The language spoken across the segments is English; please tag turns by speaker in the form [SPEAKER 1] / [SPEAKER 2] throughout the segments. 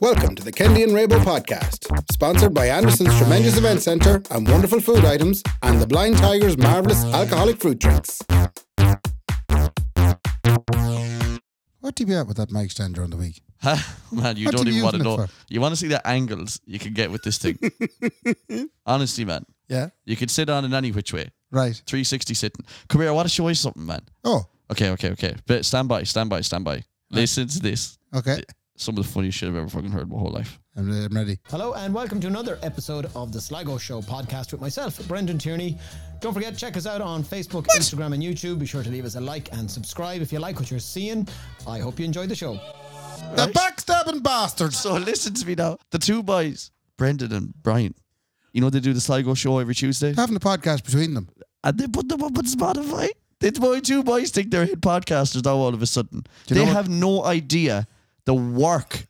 [SPEAKER 1] Welcome to the Kendi and Rabo podcast, sponsored by Anderson's Tremendous Event Centre and wonderful food items and the Blind Tiger's marvellous alcoholic fruit drinks. What do you be at with that mic stand during the week?
[SPEAKER 2] Huh? man, you
[SPEAKER 1] What
[SPEAKER 2] don't
[SPEAKER 1] are
[SPEAKER 2] even
[SPEAKER 1] you
[SPEAKER 2] want to
[SPEAKER 1] using it
[SPEAKER 2] know.
[SPEAKER 1] for?
[SPEAKER 2] You want to see the angles you can get with this thing. Honestly, man,
[SPEAKER 1] Yeah.
[SPEAKER 2] you could sit on it any which way.
[SPEAKER 1] Right.
[SPEAKER 2] 360 sitting. Come here, I want to show you something, man.
[SPEAKER 1] Oh,
[SPEAKER 2] Okay, okay, okay. But stand by, stand by, stand by. Listen to this.
[SPEAKER 1] okay.
[SPEAKER 2] Some of the funniest shit I've ever fucking heard in my whole life.
[SPEAKER 1] I'm, I'm ready.
[SPEAKER 3] Hello and welcome to another episode of the Sligo Show podcast with myself, Brendan Tierney. Don't forget, check us out on Facebook, Instagram, and YouTube. Be sure to leave us a like and subscribe if you like what you're seeing. I hope you enjoyed the show.
[SPEAKER 1] The backstabbing bastards.
[SPEAKER 2] So listen to me now. The two boys, Brendan and Brian, you know they do the Sligo show every Tuesday?
[SPEAKER 1] Having a podcast between them.
[SPEAKER 2] and they put them up on Spotify. These boy two boys think they're hit podcasters now all of a sudden.
[SPEAKER 1] you
[SPEAKER 2] They
[SPEAKER 1] know what-
[SPEAKER 2] have no idea the work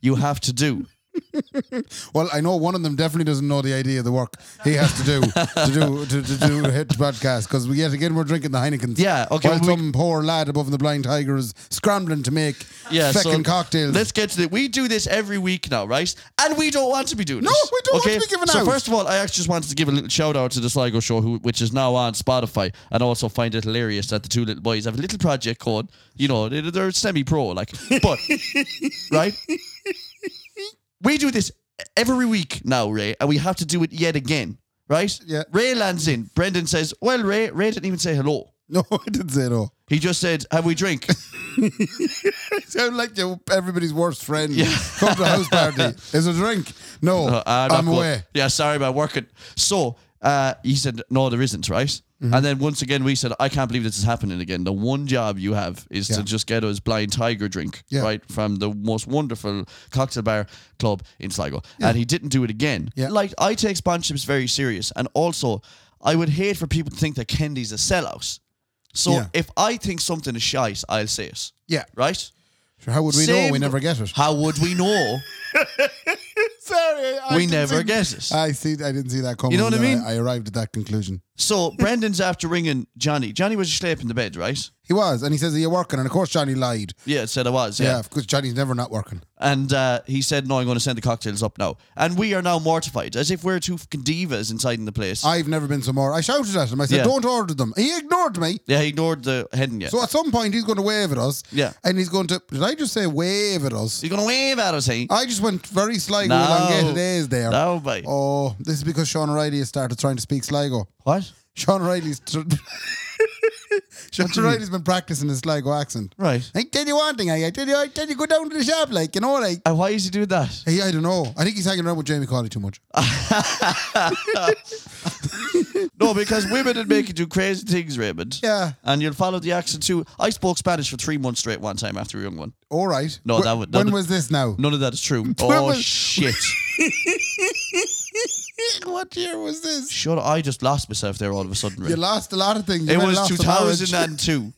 [SPEAKER 2] you have to do.
[SPEAKER 1] Well, I know one of them definitely doesn't know the idea of the work he has to do to do to, to do hit the podcast because yet again we're drinking the Heinekens.
[SPEAKER 2] Yeah, okay,
[SPEAKER 1] While
[SPEAKER 2] well, we-
[SPEAKER 1] some poor lad above in the blind tiger is scrambling to make
[SPEAKER 2] Yeah,
[SPEAKER 1] feckin'
[SPEAKER 2] so
[SPEAKER 1] cocktails.
[SPEAKER 2] Let's get to it. We do this every week now, right? And we don't want to be doing
[SPEAKER 1] No,
[SPEAKER 2] this.
[SPEAKER 1] we don't want to be giving
[SPEAKER 2] so
[SPEAKER 1] out.
[SPEAKER 2] first of all, I actually just wanted to give a little shout out to the Sligo Show, who, which is now on Spotify, and also find it hilarious that the two little boys have a little project called, you know, they- they're semi-pro, like, but right? We do this every week now, Ray, and we have to do it yet again, right?
[SPEAKER 1] Yeah.
[SPEAKER 2] Ray lands in. Brendan says, "Well, Ray, Ray didn't even say hello.
[SPEAKER 1] No, I didn't say no.
[SPEAKER 2] He just said, have we drink?'"
[SPEAKER 1] You sound like you everybody's worst friend. Come to a house party. Is a drink? No,
[SPEAKER 2] Uh, uh, not
[SPEAKER 1] I'm
[SPEAKER 2] cool.
[SPEAKER 1] away.
[SPEAKER 2] Yeah, sorry about working. So uh, he said, no, there isn't, right?
[SPEAKER 1] Mm-hmm.
[SPEAKER 2] And then once again, we said, I can't believe this is happening again. The one job you have is
[SPEAKER 1] Yeah.
[SPEAKER 2] to just get us blind tiger drink,
[SPEAKER 1] Yeah.
[SPEAKER 2] right, from the most wonderful cocktail bar club in Sligo. And he didn't do it again.
[SPEAKER 1] Yeah.
[SPEAKER 2] Like, I take sponsorships very serious. And also, I would hate for people to think that Kendi's a sellout. So
[SPEAKER 1] Yeah.
[SPEAKER 2] if I think something is shite, I'll say it,
[SPEAKER 1] Yeah.
[SPEAKER 2] right?
[SPEAKER 1] Sure, how would we know?
[SPEAKER 2] Same
[SPEAKER 1] We never
[SPEAKER 2] go-
[SPEAKER 1] get it.
[SPEAKER 2] How would we know?
[SPEAKER 1] Sorry, I
[SPEAKER 2] we
[SPEAKER 1] didn't
[SPEAKER 2] never
[SPEAKER 1] see-
[SPEAKER 2] get it.
[SPEAKER 1] I see. I didn't see that coming.
[SPEAKER 2] know what I
[SPEAKER 1] and
[SPEAKER 2] mean?
[SPEAKER 1] I, arrived at that conclusion.
[SPEAKER 2] So Brendan's after ringing Johnny. Johnny was asleep in the bed, right?
[SPEAKER 1] He was, and he says, "Are you working?" And of course, Johnny lied.
[SPEAKER 2] Yeah, it said I was. Yeah.
[SPEAKER 1] Yeah, of course, Johnny's never not working.
[SPEAKER 2] And uh, he said, "No, I'm going to send the cocktails up now." And we are now mortified, as if we're two fucking divas inside in the place.
[SPEAKER 1] I've never been so more. I shouted at him. I said,
[SPEAKER 2] Yeah.
[SPEAKER 1] "Don't order them." He ignored me.
[SPEAKER 2] yeah, he ignored the heading yet.
[SPEAKER 1] So at some point, he's going to wave at us.
[SPEAKER 2] Yeah.
[SPEAKER 1] and he's going to. Did I just say wave at us?
[SPEAKER 2] He's going to wave at us, eh?
[SPEAKER 1] I just went very Sligo
[SPEAKER 2] No.
[SPEAKER 1] along getting A's there.
[SPEAKER 2] No, mate.
[SPEAKER 1] Oh, this is because Sean O'Reilly has started trying to speak Sligo.
[SPEAKER 2] What?
[SPEAKER 1] Sean O'Reilly's. Tr- Sean O'Reilly's been practicing his Sligo accent.
[SPEAKER 2] Right.
[SPEAKER 1] I tell you one thing, I I tell you, I tell you, go down to the shop, like you know, like.
[SPEAKER 2] And why is he doing that?
[SPEAKER 1] Hey, I don't know. I think he's hanging around with Jamie Colley too much.
[SPEAKER 2] No, because women would make you do crazy things, Raymond.
[SPEAKER 1] Yeah.
[SPEAKER 2] And you'll follow the accent too. I spoke Spanish for three months straight one time after a young one.
[SPEAKER 1] All right.
[SPEAKER 2] No,
[SPEAKER 1] Wh-
[SPEAKER 2] that would-
[SPEAKER 1] When
[SPEAKER 2] that-
[SPEAKER 1] was this now?
[SPEAKER 2] None of that is true. oh
[SPEAKER 1] was-
[SPEAKER 2] shit!
[SPEAKER 1] what year was this?
[SPEAKER 2] Shut! up. I just lost myself there all of a sudden. Ray.
[SPEAKER 1] You lost a lot of things. You
[SPEAKER 2] It
[SPEAKER 1] went and
[SPEAKER 2] was
[SPEAKER 1] lost the marriage.
[SPEAKER 2] 2002.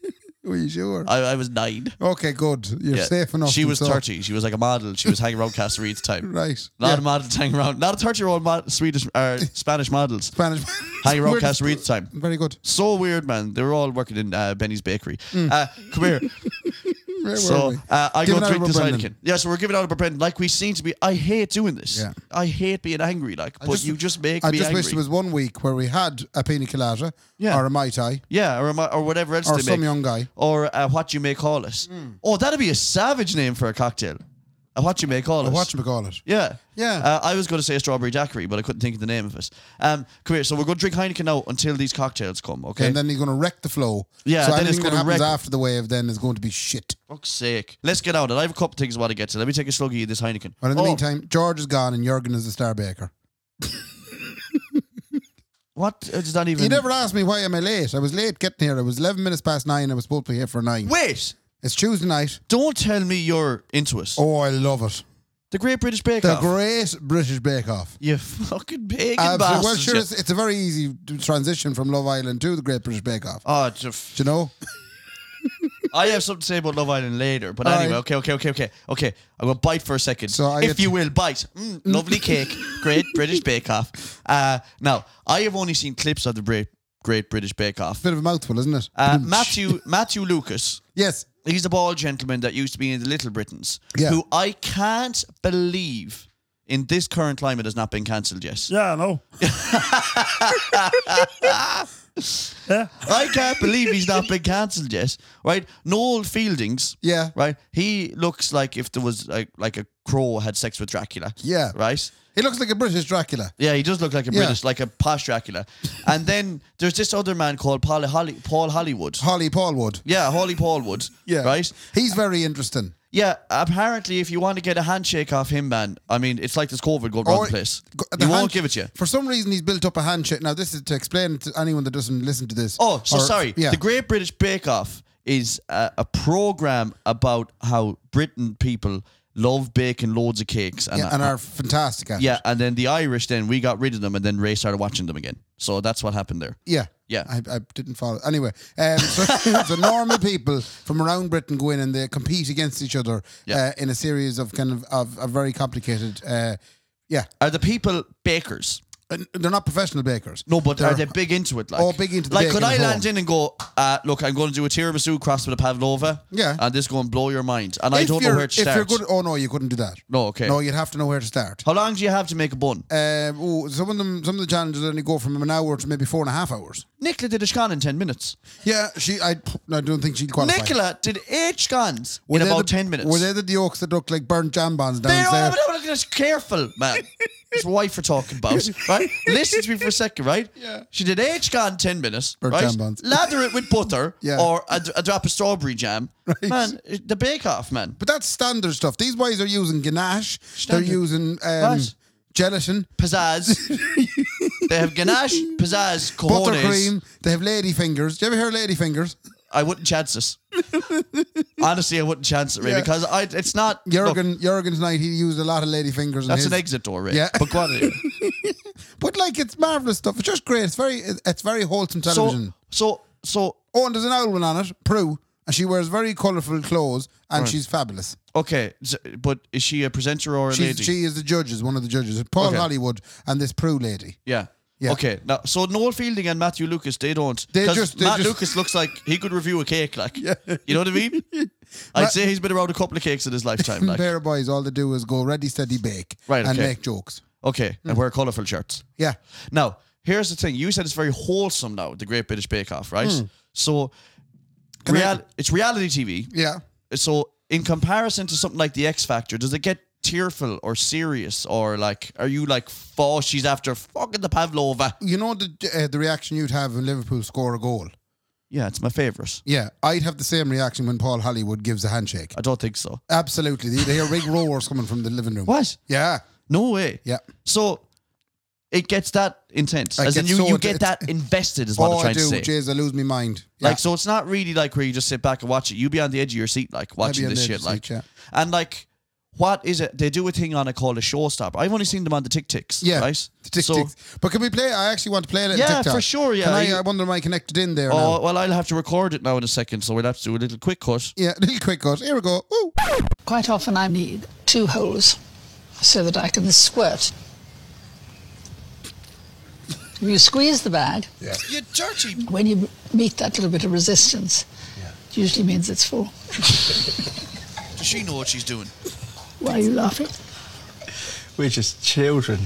[SPEAKER 1] Were you sure?
[SPEAKER 2] I, I was nine.
[SPEAKER 1] okay, good. You're
[SPEAKER 2] Yeah.
[SPEAKER 1] safe enough.
[SPEAKER 2] She
[SPEAKER 1] and
[SPEAKER 2] was
[SPEAKER 1] so-
[SPEAKER 2] 30. She was like a model. She was hanging around Castle Reed's time.
[SPEAKER 1] Right.
[SPEAKER 2] A lot
[SPEAKER 1] Yeah.
[SPEAKER 2] of models hanging around. Not a 30 year old mod- Swedish or Spanish models
[SPEAKER 1] Spanish.
[SPEAKER 2] hanging around
[SPEAKER 1] Weird-
[SPEAKER 2] Castle Reed's time.
[SPEAKER 1] Very good.
[SPEAKER 2] So weird, man. They were all working in uh, Benny's bakery. Uh, come here.
[SPEAKER 1] Where were
[SPEAKER 2] so
[SPEAKER 1] Mm. we?
[SPEAKER 2] uh, I
[SPEAKER 1] Give
[SPEAKER 2] go
[SPEAKER 1] it out
[SPEAKER 2] drink
[SPEAKER 1] about
[SPEAKER 2] this
[SPEAKER 1] Brendan.
[SPEAKER 2] Heineken. Yeah, so we're giving out a Brendan. Like we seem to be. I hate doing this.
[SPEAKER 1] Yeah.
[SPEAKER 2] I hate being angry. Like, but
[SPEAKER 1] just-
[SPEAKER 2] you just make
[SPEAKER 1] I
[SPEAKER 2] me
[SPEAKER 1] just
[SPEAKER 2] angry.
[SPEAKER 1] wish there was one week where we had a pina colada
[SPEAKER 2] Yeah.
[SPEAKER 1] or a mai tai
[SPEAKER 2] yeah, or, am I- or whatever else
[SPEAKER 1] or
[SPEAKER 2] they
[SPEAKER 1] some
[SPEAKER 2] make.
[SPEAKER 1] young guy.
[SPEAKER 2] Or uh, what you may call us.
[SPEAKER 1] Hmm.
[SPEAKER 2] Oh, that'd be a savage name for a cocktail. A what you may call us.
[SPEAKER 1] Watch me call it.
[SPEAKER 2] Yeah.
[SPEAKER 1] Yeah.
[SPEAKER 2] Uh, I was going to say strawberry daiquiri, but I couldn't think of the name of it. Um, come here. So we're going to drink Heineken now until these cocktails come, okay?
[SPEAKER 1] And then you're going to wreck the flow.
[SPEAKER 2] Yeah,
[SPEAKER 1] So
[SPEAKER 2] then it's
[SPEAKER 1] anything that
[SPEAKER 2] gonna
[SPEAKER 1] happens
[SPEAKER 2] wreck-
[SPEAKER 1] after the wave then is going to be shit.
[SPEAKER 2] Fuck's sake. Let's get out. And I have a couple things I want to get to. Let me take a sluggy of this Heineken.
[SPEAKER 1] But in the
[SPEAKER 2] Oh,
[SPEAKER 1] meantime, George is gone and Jurgen is the star baker.
[SPEAKER 2] What uh, does that even
[SPEAKER 1] You never asked me why am I late. I was late getting here. It was eleven minutes past nine. I was supposed to be here for nine.
[SPEAKER 2] Wait.
[SPEAKER 1] It's Tuesday night.
[SPEAKER 2] Don't tell me you're into it.
[SPEAKER 1] Oh, I love it.
[SPEAKER 2] The Great British Bake
[SPEAKER 1] The
[SPEAKER 2] Off.
[SPEAKER 1] Great British Bake Off.
[SPEAKER 2] you fucking bacon
[SPEAKER 1] Absolute-
[SPEAKER 2] bastards.
[SPEAKER 1] Well, sure,
[SPEAKER 2] you.
[SPEAKER 1] it's, it's a very easy t- transition from Love Island to the Great British Bake Off.
[SPEAKER 2] Oh, it's a f-
[SPEAKER 1] Do you know?
[SPEAKER 2] I have something to say about Love Island later, but
[SPEAKER 1] All
[SPEAKER 2] anyway,
[SPEAKER 1] right.
[SPEAKER 2] okay, okay, okay, okay, okay. I'm gonna bite for a second,
[SPEAKER 1] So I
[SPEAKER 2] if
[SPEAKER 1] get-
[SPEAKER 2] you will bite. Mm, lovely cake, Great British Bake Off. Uh, now, I have only seen clips of the Great Great British Bake Off.
[SPEAKER 1] Bit of a mouthful, isn't it? Mm.
[SPEAKER 2] Uh, Matthew Matthew Lucas
[SPEAKER 1] yes.
[SPEAKER 2] he's the bald gentleman that used to be in the Little Britons,
[SPEAKER 1] Yeah.
[SPEAKER 2] who I can't believe in this current climate has not been cancelled yet.
[SPEAKER 4] Yeah, I know. yeah.
[SPEAKER 2] I can't believe he's not been cancelled yet, right? Noel Fieldings,
[SPEAKER 1] Yeah.
[SPEAKER 2] right? He looks like if there was like, like a crow had sex with Dracula,
[SPEAKER 1] Yeah.
[SPEAKER 2] right?
[SPEAKER 1] He looks like a British Dracula.
[SPEAKER 2] Yeah, he does look like a
[SPEAKER 1] Yeah.
[SPEAKER 2] British, like a posh Dracula. and then there's this other man called Paul, Holly, Paul Hollywood.
[SPEAKER 1] Holly Paulwood.
[SPEAKER 2] Yeah, Holly Paulwood.
[SPEAKER 1] Yeah.
[SPEAKER 2] right.
[SPEAKER 1] He's very interesting.
[SPEAKER 2] Yeah, apparently, if you want to get a handshake off him, man, I mean, it's like this COVID going around
[SPEAKER 1] Or-
[SPEAKER 2] the place.
[SPEAKER 1] Oh, go-
[SPEAKER 2] He
[SPEAKER 1] the
[SPEAKER 2] won't
[SPEAKER 1] hand-
[SPEAKER 2] give it to you.
[SPEAKER 1] For some reason, he's built up a handshake. Now, this is to explain to anyone that doesn't listen to this.
[SPEAKER 2] Oh, so
[SPEAKER 1] Or-
[SPEAKER 2] sorry.
[SPEAKER 1] Yeah.
[SPEAKER 2] The Great British Bake Off is a, a program about how Britain people love baking loads of cakes and,
[SPEAKER 1] yeah, and are fantastic at it.
[SPEAKER 2] yeah, and then the Irish then we got rid of them and then Ray started watching them again. So that's what happened there.
[SPEAKER 1] Yeah.
[SPEAKER 2] Yeah.
[SPEAKER 1] I, I didn't follow. Anyway, um, so, so normal people from around Britain go in and they compete against each other
[SPEAKER 2] Yeah.
[SPEAKER 1] uh, in a series of kind of, of, of very complicated. Uh, yeah.
[SPEAKER 2] Are the people bakers?
[SPEAKER 1] And they're not professional bakers.
[SPEAKER 2] No, but are
[SPEAKER 1] They're-
[SPEAKER 2] they big into it? Like,
[SPEAKER 1] Oh, big into the
[SPEAKER 2] Like, could
[SPEAKER 1] baking
[SPEAKER 2] I
[SPEAKER 1] at
[SPEAKER 2] land
[SPEAKER 1] home.
[SPEAKER 2] in and go, uh, look, I'm going to do a tiramisu crossed with a pavlova?
[SPEAKER 1] Yeah.
[SPEAKER 2] And this going to blow your mind. And I
[SPEAKER 1] If
[SPEAKER 2] don't know
[SPEAKER 1] you're-
[SPEAKER 2] where to
[SPEAKER 1] if
[SPEAKER 2] start.
[SPEAKER 1] You're good, oh, no, you couldn't do that.
[SPEAKER 2] No, okay.
[SPEAKER 1] No, you'd have to know where to start.
[SPEAKER 2] How long do you have to make a bun?
[SPEAKER 1] Um, oh, some of them, some of the challenges only go from an hour to maybe four and a half hours.
[SPEAKER 2] Nicola did a scone in 10 minutes.
[SPEAKER 1] Yeah, she. I, I don't think she'd qualify.
[SPEAKER 2] Nicola did eight scones
[SPEAKER 1] Were
[SPEAKER 2] in
[SPEAKER 1] they
[SPEAKER 2] about
[SPEAKER 1] the-
[SPEAKER 2] 10 minutes.
[SPEAKER 1] Were they the yokes that look like burnt jambons
[SPEAKER 2] They are
[SPEAKER 1] downstairs?
[SPEAKER 2] but I'm just careful, man. It's wife we're talking about, right? Listen to me for a second, right? Yeah. She did H gone 10 minutes,
[SPEAKER 1] Or
[SPEAKER 2] right?
[SPEAKER 1] jambons.
[SPEAKER 2] Lather it with butter
[SPEAKER 1] Yeah.
[SPEAKER 2] or a, a drop of strawberry jam. Man, the bake-off, man.
[SPEAKER 1] But that's standard stuff. These boys are using ganache.
[SPEAKER 2] Standard.
[SPEAKER 1] They're using um,
[SPEAKER 2] What?
[SPEAKER 1] gelatin,
[SPEAKER 2] Pizzazz. they have ganache, pizzazz, cojones.
[SPEAKER 1] buttercream. They have lady fingers. Do you ever hear lady fingers?
[SPEAKER 2] I wouldn't chance this. Honestly, I wouldn't chance it, Ray,
[SPEAKER 1] Yeah.
[SPEAKER 2] because I, it's not... look,
[SPEAKER 1] Jurgen, Jurgen's night, he used a lot of lady fingers. in
[SPEAKER 2] that's
[SPEAKER 1] his.
[SPEAKER 2] an exit door, Ray.
[SPEAKER 1] Yeah.
[SPEAKER 2] But go on anyway.
[SPEAKER 1] But like, it's marvelous stuff. It's just great. It's very, it's very wholesome television.
[SPEAKER 2] so, so, so,
[SPEAKER 1] oh, and there's an owl one on it, Prue, and she wears very colourful clothes, and she's fabulous.
[SPEAKER 2] okay, so- but is she a presenter or a
[SPEAKER 1] She's,
[SPEAKER 2] lady?
[SPEAKER 1] she is the judges, one of the judges, Paul
[SPEAKER 2] Okay.
[SPEAKER 1] Hollywood and this Prue lady.
[SPEAKER 2] Yeah.
[SPEAKER 1] Yeah.
[SPEAKER 2] Okay. Now, so Noel Fielding and Matthew Lucas, they don't.
[SPEAKER 1] They
[SPEAKER 2] 'cause
[SPEAKER 1] just- they
[SPEAKER 2] Matt
[SPEAKER 1] just-
[SPEAKER 2] Lucas looks like he could review a cake, like. You know what I mean? I'd say he's been around a couple of cakes in his lifetime, like.
[SPEAKER 1] Pair of boys, all they do is go ready, steady, bake,
[SPEAKER 2] Right,
[SPEAKER 1] and
[SPEAKER 2] okay.
[SPEAKER 1] make jokes.
[SPEAKER 2] Okay,
[SPEAKER 1] Mm.
[SPEAKER 2] and wear colourful shirts.
[SPEAKER 1] Yeah,
[SPEAKER 2] Now, here's the thing. You said it's very wholesome now, the Great British Bake Off, right? So,
[SPEAKER 1] Mm. I-
[SPEAKER 2] real- it's reality TV.
[SPEAKER 1] yeah.
[SPEAKER 2] So, in comparison to something like The X Factor, does it get tearful or serious or like, are you like, oh, she's after fucking the Pavlova?
[SPEAKER 1] You know the uh, the reaction you'd have when Liverpool score a goal.
[SPEAKER 2] Yeah, it's my favourite.
[SPEAKER 1] Yeah, I'd have the same reaction when Paul Hollywood gives a handshake.
[SPEAKER 2] I don't think so.
[SPEAKER 1] Absolutely, they, they hear big roars coming from the living room.
[SPEAKER 2] What?
[SPEAKER 1] Yeah,
[SPEAKER 2] No way.
[SPEAKER 1] yeah.
[SPEAKER 2] So it gets that intense.
[SPEAKER 1] It
[SPEAKER 2] As in
[SPEAKER 1] gets
[SPEAKER 2] you,
[SPEAKER 1] so
[SPEAKER 2] you
[SPEAKER 1] int-
[SPEAKER 2] get
[SPEAKER 1] it's-
[SPEAKER 2] that invested is what
[SPEAKER 1] Oh,
[SPEAKER 2] I'm
[SPEAKER 1] I
[SPEAKER 2] trying to
[SPEAKER 1] do,
[SPEAKER 2] say.
[SPEAKER 1] jeez, I lose my mind. Yeah.
[SPEAKER 2] Like so it's not really like where you just sit back and watch it. You be on the edge of your seat like watching
[SPEAKER 1] on
[SPEAKER 2] this
[SPEAKER 1] the
[SPEAKER 2] shit
[SPEAKER 1] edge of the
[SPEAKER 2] like
[SPEAKER 1] seat,
[SPEAKER 2] and like what is it? They do a thing on it called a showstopper. I've only seen them on the Tic Tics.
[SPEAKER 1] Yeah,
[SPEAKER 2] Right?
[SPEAKER 1] the Tic
[SPEAKER 2] So-
[SPEAKER 1] Tics. But can we play? I actually want to play a little
[SPEAKER 2] Yeah,
[SPEAKER 1] TikTok.
[SPEAKER 2] for sure, yeah.
[SPEAKER 1] Can I,
[SPEAKER 2] You-
[SPEAKER 1] I wonder am I connected in there? now?
[SPEAKER 2] Oh well I'll have to record it now in a second, so we'll have to do a little quick cut.
[SPEAKER 1] Yeah, little quick cut. Here we go. Woo.
[SPEAKER 5] Quite often I need two holes so that I can squirt. You squeeze the bag.
[SPEAKER 2] You dirty
[SPEAKER 5] When you meet that little bit of resistance, it usually means it's full.
[SPEAKER 2] does she know what she's doing?
[SPEAKER 5] Why are you laughing?
[SPEAKER 6] We're just children.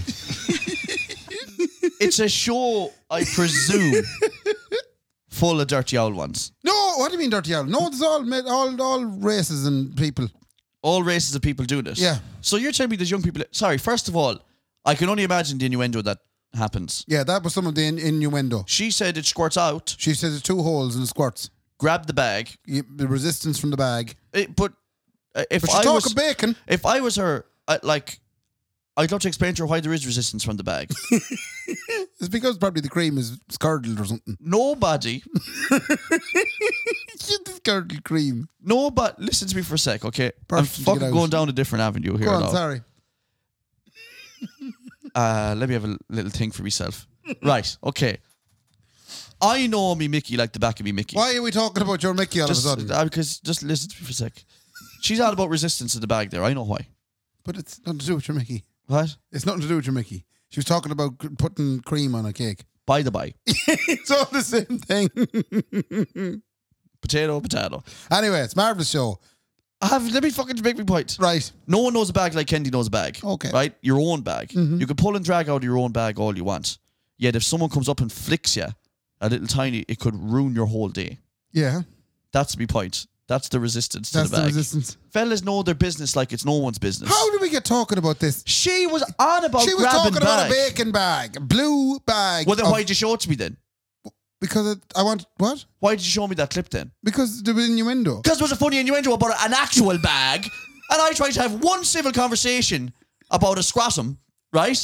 [SPEAKER 2] It's a show, I presume, full of dirty old ones.
[SPEAKER 1] No, what do you mean, dirty owl? No, it's all made, all all races and people.
[SPEAKER 2] all races of people do this.
[SPEAKER 1] Yeah.
[SPEAKER 2] So you're telling me there's young people. Sorry, first of all, I can only imagine the innuendo that happens.
[SPEAKER 1] Yeah, that was some of the in, innuendo.
[SPEAKER 2] She said it squirts out,
[SPEAKER 1] She says it's two holes and it squirts.
[SPEAKER 2] grab the bag,
[SPEAKER 1] You- The resistance from the bag.
[SPEAKER 2] It- but uh, if
[SPEAKER 1] But she's
[SPEAKER 2] I
[SPEAKER 1] talking
[SPEAKER 2] was
[SPEAKER 1] bacon.
[SPEAKER 2] if I was her, I, like I'd love to explain to her why there is resistance from the bag.
[SPEAKER 1] It's because probably the cream is curdled or something.
[SPEAKER 2] nobody,
[SPEAKER 1] this curdled cream.
[SPEAKER 2] nobody. Listen to me for a sec, okay?
[SPEAKER 1] Perfect to
[SPEAKER 2] I'm
[SPEAKER 1] get
[SPEAKER 2] fucking
[SPEAKER 1] out.
[SPEAKER 2] going down a different avenue here.
[SPEAKER 1] Go on,
[SPEAKER 2] now.
[SPEAKER 1] sorry.
[SPEAKER 2] Uh, let me have a little thing for myself. right, okay. I know me Mickey like the back of me Mickey.
[SPEAKER 1] Why are we talking about your Mickey all
[SPEAKER 2] just,
[SPEAKER 1] of a sudden?
[SPEAKER 2] uh, because just listen to me for a sec. She's all about resistance to the bag there. I know why.
[SPEAKER 1] but it's nothing to do with your Mickey.
[SPEAKER 2] What?
[SPEAKER 1] It's nothing to do with your Mickey. She was talking about c- putting cream on a cake.
[SPEAKER 2] By the by,
[SPEAKER 1] It's all the same thing.
[SPEAKER 2] Potato, potato.
[SPEAKER 1] Anyway, it's marvelous show.
[SPEAKER 2] I have, let me fucking make me point.
[SPEAKER 1] Right.
[SPEAKER 2] No one knows a bag like Kendi knows a bag.
[SPEAKER 1] Okay. Mm-hmm.
[SPEAKER 2] Right? Your own bag. You can pull and drag out your own bag all you want. Yet if someone comes up and flicks you a little tiny, it could ruin your whole day.
[SPEAKER 1] Yeah.
[SPEAKER 2] That's my point. That's the resistance to
[SPEAKER 1] That's
[SPEAKER 2] the
[SPEAKER 1] the
[SPEAKER 2] bag.
[SPEAKER 1] resistance.
[SPEAKER 2] Fellas know their business like it's no one's business.
[SPEAKER 1] How did we get talking about this?
[SPEAKER 2] She was on about
[SPEAKER 1] she was
[SPEAKER 2] grabbing
[SPEAKER 1] talking about
[SPEAKER 2] bag.
[SPEAKER 1] a bacon bag, a blue bag.
[SPEAKER 2] Well, then
[SPEAKER 1] of-
[SPEAKER 2] why did you show it to me then?
[SPEAKER 1] because it, I want what?
[SPEAKER 2] Why did you show me that clip then?
[SPEAKER 1] Because there was innuendo.
[SPEAKER 2] Because it was a funny innuendo about an actual bag, and I tried to have one civil conversation about a scrotum, right?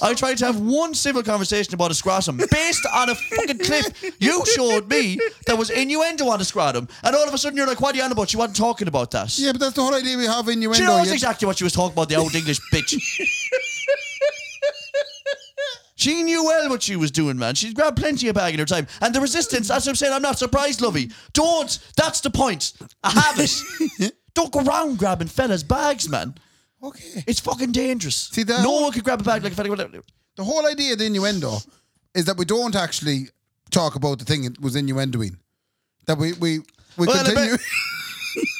[SPEAKER 2] I tried to have one civil conversation about a scrotum based on a fucking clip you showed me that was innuendo on a scrotum, and all of a sudden you're like, "What are you on about? You weren't talking about that."
[SPEAKER 1] Yeah, but that's the whole idea. We have
[SPEAKER 2] Do
[SPEAKER 1] innuendo.
[SPEAKER 2] you know that's
[SPEAKER 1] yeah.
[SPEAKER 2] exactly what she was talking about? The old English bitch. She knew well what she was doing, man. She's grabbed plenty of bag in her time. And the resistance, that's what I'm saying. I'm not surprised, Lovey. Don't. That's the point. I have it. Don't go around grabbing fellas' bags, man.
[SPEAKER 1] okay.
[SPEAKER 2] It's fucking dangerous.
[SPEAKER 1] See, that
[SPEAKER 2] no
[SPEAKER 1] whole-
[SPEAKER 2] one could grab a bag like a fella.
[SPEAKER 1] The whole idea of the innuendo is that we don't actually talk about the thing it was innuendoing. That we we we
[SPEAKER 2] Well, I
[SPEAKER 1] continue.
[SPEAKER 2] bet-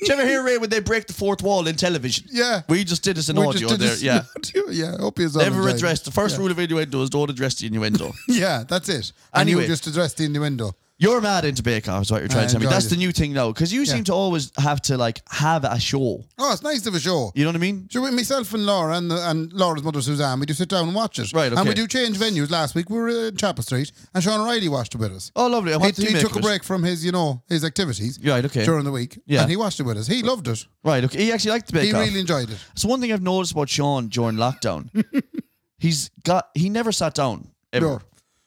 [SPEAKER 2] Did you ever hear, Ray, when they break the fourth wall in television?
[SPEAKER 1] Yeah.
[SPEAKER 2] We just did this in
[SPEAKER 1] we just
[SPEAKER 2] audio
[SPEAKER 1] did Oh,
[SPEAKER 2] there.
[SPEAKER 1] this
[SPEAKER 2] yeah.
[SPEAKER 1] audio. Yeah. I hope you
[SPEAKER 2] Never address. The first rule of innuendo is don't address the innuendo.
[SPEAKER 1] Yeah, that's it. And you
[SPEAKER 2] Anyway.
[SPEAKER 1] just addressed the innuendo.
[SPEAKER 2] You're mad into Bake Off, is what you're trying
[SPEAKER 1] I
[SPEAKER 2] to tell me.
[SPEAKER 1] enjoyed
[SPEAKER 2] That's
[SPEAKER 1] Uh, it.
[SPEAKER 2] the new thing now, because you seem to always have to like have a show.
[SPEAKER 1] Oh, it's nice of a show.
[SPEAKER 2] You know what I mean?
[SPEAKER 1] So with myself and Laura and, the, and Laura's mother Suzanne, we do sit down and watch it.
[SPEAKER 2] Right,
[SPEAKER 1] And
[SPEAKER 2] okay.
[SPEAKER 1] we do change venues. Last week we were in Chapel Street, and Sean O'Reilly watched it with us.
[SPEAKER 2] Oh, lovely. And
[SPEAKER 1] he
[SPEAKER 2] What did
[SPEAKER 1] he
[SPEAKER 2] make
[SPEAKER 1] took a
[SPEAKER 2] of it?
[SPEAKER 1] break from his, you know, his activities.
[SPEAKER 2] Right, okay.
[SPEAKER 1] During the week,
[SPEAKER 2] Yeah.
[SPEAKER 1] and he watched it with us. He loved it.
[SPEAKER 2] Right, okay. He actually liked the Bake
[SPEAKER 1] he
[SPEAKER 2] Off.
[SPEAKER 1] really enjoyed it.
[SPEAKER 2] so one thing I've noticed about Sean during lockdown, he's got he never sat down ever.
[SPEAKER 1] No.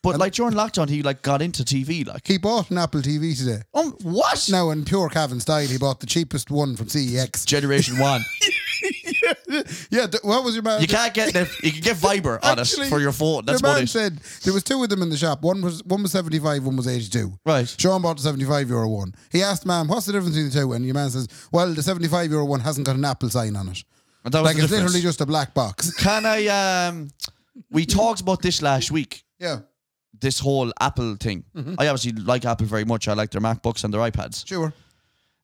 [SPEAKER 2] But like during lockdown, he like got into TV. Like,
[SPEAKER 1] He bought an Apple TV today.
[SPEAKER 2] um, what?
[SPEAKER 1] Now, in pure Cavan style, he bought the cheapest one from CEX.
[SPEAKER 2] Generation One.
[SPEAKER 1] Yeah, th- what was your man?
[SPEAKER 2] You can't get the, you can get Viber on us
[SPEAKER 1] Actually,
[SPEAKER 2] for your phone. That's
[SPEAKER 1] your
[SPEAKER 2] what
[SPEAKER 1] man
[SPEAKER 2] it is.
[SPEAKER 1] said there was two of them in the shop. One was one was seventy five, one was eighty two.
[SPEAKER 2] Right.
[SPEAKER 1] Sean bought the seventy five euro one. He asked, "Ma'am, what's the difference between the two? And your man says, "Well, the seventy five euro one hasn't got an Apple sign on it.
[SPEAKER 2] And that was
[SPEAKER 1] like
[SPEAKER 2] the
[SPEAKER 1] it's
[SPEAKER 2] difference.
[SPEAKER 1] literally just a black box."
[SPEAKER 2] Can I? Um, we talked about this last week.
[SPEAKER 1] yeah,
[SPEAKER 2] this whole Apple thing. I obviously like Apple very much. I like their MacBooks and their iPads.
[SPEAKER 1] sure.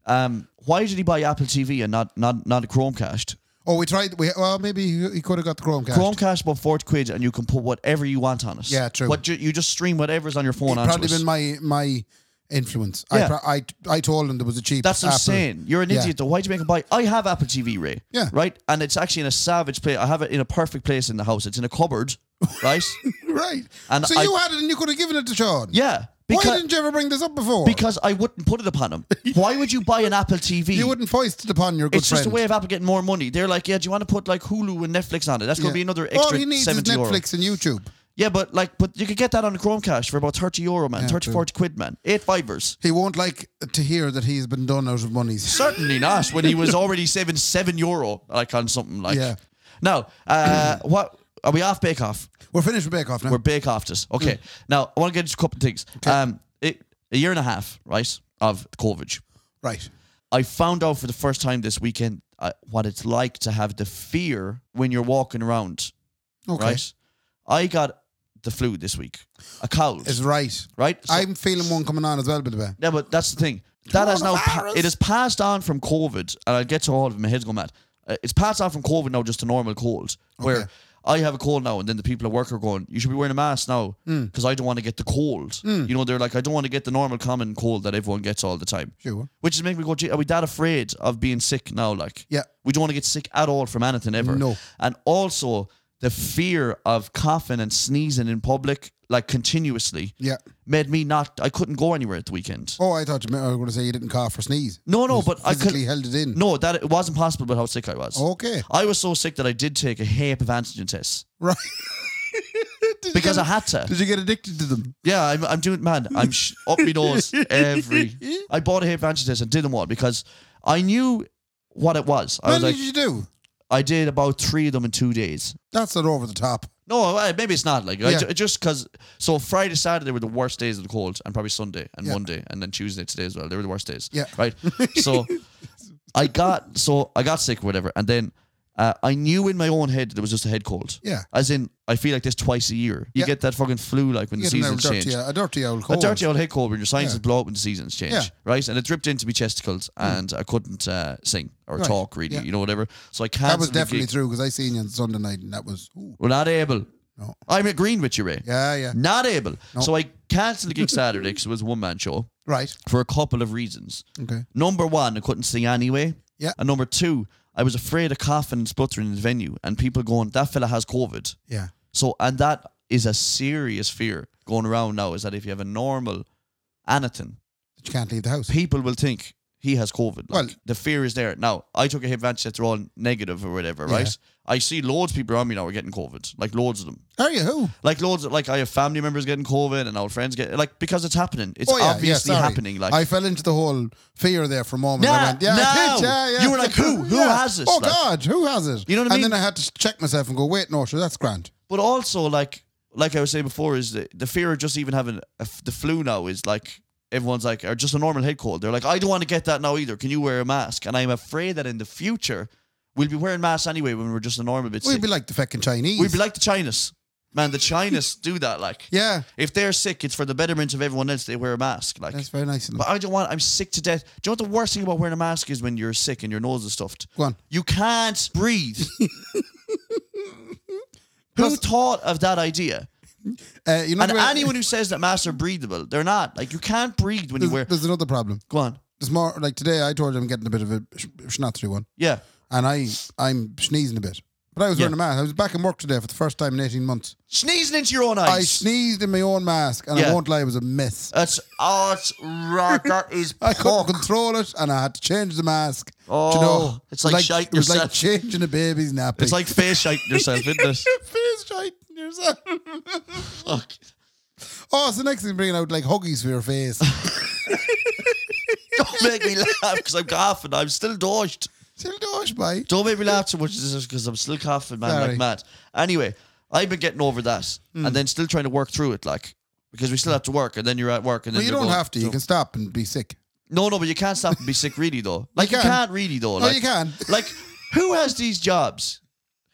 [SPEAKER 2] Um, why did he buy Apple TV and not not not a Chromecast?
[SPEAKER 1] Oh, we tried. We well, maybe he, he could have got the Chromecast.
[SPEAKER 2] Chromecast about forty quid, and you can put whatever you want on us.
[SPEAKER 1] Yeah, true.
[SPEAKER 2] What ju- you just stream whatever's on your phone
[SPEAKER 1] It'd
[SPEAKER 2] onto
[SPEAKER 1] probably
[SPEAKER 2] us.
[SPEAKER 1] been my my influence.
[SPEAKER 2] Yeah.
[SPEAKER 1] I, pro- I I told him there was a cheap.
[SPEAKER 2] That's
[SPEAKER 1] Apple.
[SPEAKER 2] insane. You're an
[SPEAKER 1] Yeah.
[SPEAKER 2] idiot though. Why'd you make him buy? I have Apple TV, Ray.
[SPEAKER 1] Yeah.
[SPEAKER 2] Right, and it's actually in a savage place. I have it in a perfect place in the house. It's in a cupboard, right?
[SPEAKER 1] Right.
[SPEAKER 2] And
[SPEAKER 1] so
[SPEAKER 2] I-
[SPEAKER 1] you had it and you could have given it to Sean.
[SPEAKER 2] yeah.
[SPEAKER 1] Why
[SPEAKER 2] Because
[SPEAKER 1] didn't you ever bring this up before?
[SPEAKER 2] because I wouldn't put it upon him. Why would you buy an Apple TV?
[SPEAKER 1] you wouldn't foist it upon your good
[SPEAKER 2] it's
[SPEAKER 1] friend.
[SPEAKER 2] just a way of Apple getting more money. They're like, yeah, do you want to put like Hulu and Netflix on it? That's going
[SPEAKER 1] Yeah.
[SPEAKER 2] to be another extra
[SPEAKER 1] All he needs is
[SPEAKER 2] 70 euro.
[SPEAKER 1] Netflix and YouTube.
[SPEAKER 2] Yeah, but like, but you could get that on the Chromecast for about 30 euro, man.
[SPEAKER 1] Yeah,
[SPEAKER 2] 30,
[SPEAKER 1] true.
[SPEAKER 2] 40 quid, man. Eight fivers.
[SPEAKER 1] He won't like to hear that he's been done out of monies.
[SPEAKER 2] Certainly not when he was already saving seven euro, like on something like.
[SPEAKER 1] Yeah.
[SPEAKER 2] Now, uh, what are we off Bake Off?
[SPEAKER 1] We're finished with Bake Off now.
[SPEAKER 2] We're Bake Off this. Okay.
[SPEAKER 1] Hmm.
[SPEAKER 2] Now, I want to get into a couple of things. Um, it, a year and a half, right, of COVID.
[SPEAKER 1] right.
[SPEAKER 2] I found out for the first time this weekend uh, what it's like to have the fear when you're walking around
[SPEAKER 1] Okay.
[SPEAKER 2] right? I got the flu this week, a cold,
[SPEAKER 1] It's right.
[SPEAKER 2] right? So-
[SPEAKER 1] I'm feeling one coming on as well, by the way.
[SPEAKER 2] yeah, but that's the thing. That has now pa- it is passed on from COVID, and I'll get to all of it. My head's going mad. Uh, it's passed on from COVID now, just a normal cold, where
[SPEAKER 1] Okay.
[SPEAKER 2] I have a cold now, and then the people at work are going, "You should be wearing a mask now,
[SPEAKER 1] Hmm.
[SPEAKER 2] because I don't want to get the cold." You know, they're like, "I don't want to get the normal common cold that everyone gets all the time."
[SPEAKER 1] Sure.
[SPEAKER 2] Which is making me go, Gee, "Are we that afraid of being sick now?" Like,
[SPEAKER 1] Yeah.
[SPEAKER 2] we don't want to get sick at all from anything ever.
[SPEAKER 1] No.
[SPEAKER 2] and also the fear of coughing and sneezing in public, like continuously,
[SPEAKER 1] Yeah.
[SPEAKER 2] made me not. I couldn't go anywhere at the weekend.
[SPEAKER 1] Oh, I thought you meant, I was going to say you didn't cough or sneeze.
[SPEAKER 2] No, no,
[SPEAKER 1] You
[SPEAKER 2] but I
[SPEAKER 1] physically Oh.
[SPEAKER 2] could-
[SPEAKER 1] held it in.
[SPEAKER 2] No, that it wasn't possible. But how sick I was.
[SPEAKER 1] Okay.
[SPEAKER 2] I was so sick that I did take a heap of antigen tests
[SPEAKER 1] Right.
[SPEAKER 2] because I had to.
[SPEAKER 1] Did you get addicted to them?
[SPEAKER 2] Yeah, I'm, I'm doing man. I'm sh- up my nose every. I bought a heap of antigen tests and did them all because I knew what it was. I
[SPEAKER 1] What
[SPEAKER 2] was like,
[SPEAKER 1] did you do?
[SPEAKER 2] I did about three of them in two days.
[SPEAKER 1] That's not over the top.
[SPEAKER 2] No, uh, maybe it's not like I
[SPEAKER 1] Yeah.
[SPEAKER 2] ju- just because. So Friday, Saturday were the worst days of the cold, and probably Sunday and
[SPEAKER 1] Yeah.
[SPEAKER 2] Monday, and then Tuesday today as well. They were the worst days.
[SPEAKER 1] Yeah.
[SPEAKER 2] Right. So I got so I got sick, whatever, and then Uh, I knew in my own head that it was just a head cold.
[SPEAKER 1] Yeah.
[SPEAKER 2] As in, I feel like this twice a year. You
[SPEAKER 1] Yeah.
[SPEAKER 2] get that fucking flu like when
[SPEAKER 1] You
[SPEAKER 2] the
[SPEAKER 1] get an old
[SPEAKER 2] seasons
[SPEAKER 1] dirty,
[SPEAKER 2] change.
[SPEAKER 1] a dirty old
[SPEAKER 2] A
[SPEAKER 1] cold.
[SPEAKER 2] dirty old head cold when your sinuses
[SPEAKER 1] Yeah.
[SPEAKER 2] blow up when the seasons change,
[SPEAKER 1] Yeah. Mm.
[SPEAKER 2] right? And it dripped into my chesticles, and I couldn't uh, sing or
[SPEAKER 1] Right.
[SPEAKER 2] talk really,
[SPEAKER 1] Yeah.
[SPEAKER 2] you know whatever. So I can't.
[SPEAKER 1] That was definitely true because I seen you on Sunday night and that was. Ooh.
[SPEAKER 2] We're not able.
[SPEAKER 1] No.
[SPEAKER 2] I'm agreeing with you, Ray.
[SPEAKER 1] Yeah, yeah.
[SPEAKER 2] Not able. So I cancelled the gig Saturday because it was a one man show
[SPEAKER 1] Right.
[SPEAKER 2] for a couple of reasons.
[SPEAKER 1] Okay.
[SPEAKER 2] Number one, I couldn't sing anyway.
[SPEAKER 1] Mm. Yeah.
[SPEAKER 2] And number two, I was afraid of coughing and spluttering in the venue and people going, that fella has COVID.
[SPEAKER 1] Yeah.
[SPEAKER 2] So, and that is a serious fear going around now is that if you have a normal anatin,
[SPEAKER 1] But you can't leave the house.
[SPEAKER 2] people will think he has COVID. Like,
[SPEAKER 1] Well-
[SPEAKER 2] the fear is there. Now, I took a hit advantage that they're all negative or whatever, right? I see loads of people around me now are getting COVID, like loads of them.
[SPEAKER 1] Are you who?
[SPEAKER 2] Like loads, of, like I have family members getting COVID and our friends get like because it's happening. It's obviously
[SPEAKER 1] Oh, sorry.
[SPEAKER 2] happening. Like
[SPEAKER 1] I fell into the whole fear there for a moment. I
[SPEAKER 2] Nah,
[SPEAKER 1] went, yeah, I did,
[SPEAKER 2] no.
[SPEAKER 1] yeah, yeah.
[SPEAKER 2] You were like, who? Who has this?
[SPEAKER 1] Oh
[SPEAKER 2] Like-
[SPEAKER 1] God, who has it?
[SPEAKER 2] You know what I
[SPEAKER 1] and
[SPEAKER 2] mean?
[SPEAKER 1] then I had to check myself and go, wait, no, sure, that's grand.
[SPEAKER 2] but also like like I was saying before is the, the fear of just even having a f the flu now is like everyone's like or just a normal head cold they're like I don't want to get that now either can you wear a mask and I'm afraid that in the future we'll be wearing masks anyway when we're just a normal bit
[SPEAKER 1] We'd
[SPEAKER 2] sick.
[SPEAKER 1] be like the fucking Chinese.
[SPEAKER 2] we'd be like the Chinas man the Chinas do that like
[SPEAKER 1] yeah,
[SPEAKER 2] if they're sick it's for the betterment of everyone else they wear a mask like
[SPEAKER 1] that's very nice. Of them.
[SPEAKER 2] but I don't want I'm sick to death do you know what the worst thing about wearing a mask is when you're sick and your nose is stuffed
[SPEAKER 1] Go on.
[SPEAKER 2] you can't breathe who thought of that idea
[SPEAKER 1] Uh, you know
[SPEAKER 2] and
[SPEAKER 1] the way-
[SPEAKER 2] anyone who says that masks are breathable, they're not. Like you can't breathe when you
[SPEAKER 1] there's,
[SPEAKER 2] wear.
[SPEAKER 1] there's another problem.
[SPEAKER 2] Go on.
[SPEAKER 1] There's more. Like today, I told you I'm getting a bit of a sh- schnattery one,
[SPEAKER 2] Yeah.
[SPEAKER 1] and I I'm sneezing a bit. But I was
[SPEAKER 2] Yeah.
[SPEAKER 1] wearing a mask. I was back in work today for the first time in 18 months.
[SPEAKER 2] Sneezing into your own
[SPEAKER 1] I
[SPEAKER 2] eyes.
[SPEAKER 1] sneezed in my own mask, and I
[SPEAKER 2] Yeah.
[SPEAKER 1] won't lie, it was a mess.
[SPEAKER 2] That's oh, it's right. That is
[SPEAKER 1] I couldn't
[SPEAKER 2] pork.
[SPEAKER 1] control it, and I had to change the mask. Do
[SPEAKER 2] Oh,
[SPEAKER 1] you know,
[SPEAKER 2] it's
[SPEAKER 1] it was
[SPEAKER 2] like shite
[SPEAKER 1] it was like
[SPEAKER 2] yourself.
[SPEAKER 1] changing a baby's nappy.
[SPEAKER 2] It's like face shiting yourself, isn't it?
[SPEAKER 1] face shiting yourself.
[SPEAKER 2] Fuck.
[SPEAKER 1] Oh, so next thing bringing out like huggies for your face.
[SPEAKER 2] Don't make me laugh because I'm coughing. I'm still dosed.
[SPEAKER 1] Still dosh, boy.
[SPEAKER 2] Don't make me laugh too much because I'm still coughing, man,
[SPEAKER 1] Sorry. Hmm.
[SPEAKER 2] like mad. Anyway, I've been getting over that and then still trying to work through it, like because we still have to work and then you're at work and then
[SPEAKER 1] But you
[SPEAKER 2] you're
[SPEAKER 1] don't
[SPEAKER 2] going-
[SPEAKER 1] have to. You can stop and be sick.
[SPEAKER 2] No, no, but you can't stop and be sick, really, though. Like you,
[SPEAKER 1] can.
[SPEAKER 2] can't really, though.
[SPEAKER 1] No,
[SPEAKER 2] like,
[SPEAKER 1] you can.
[SPEAKER 2] Like, who has these jobs?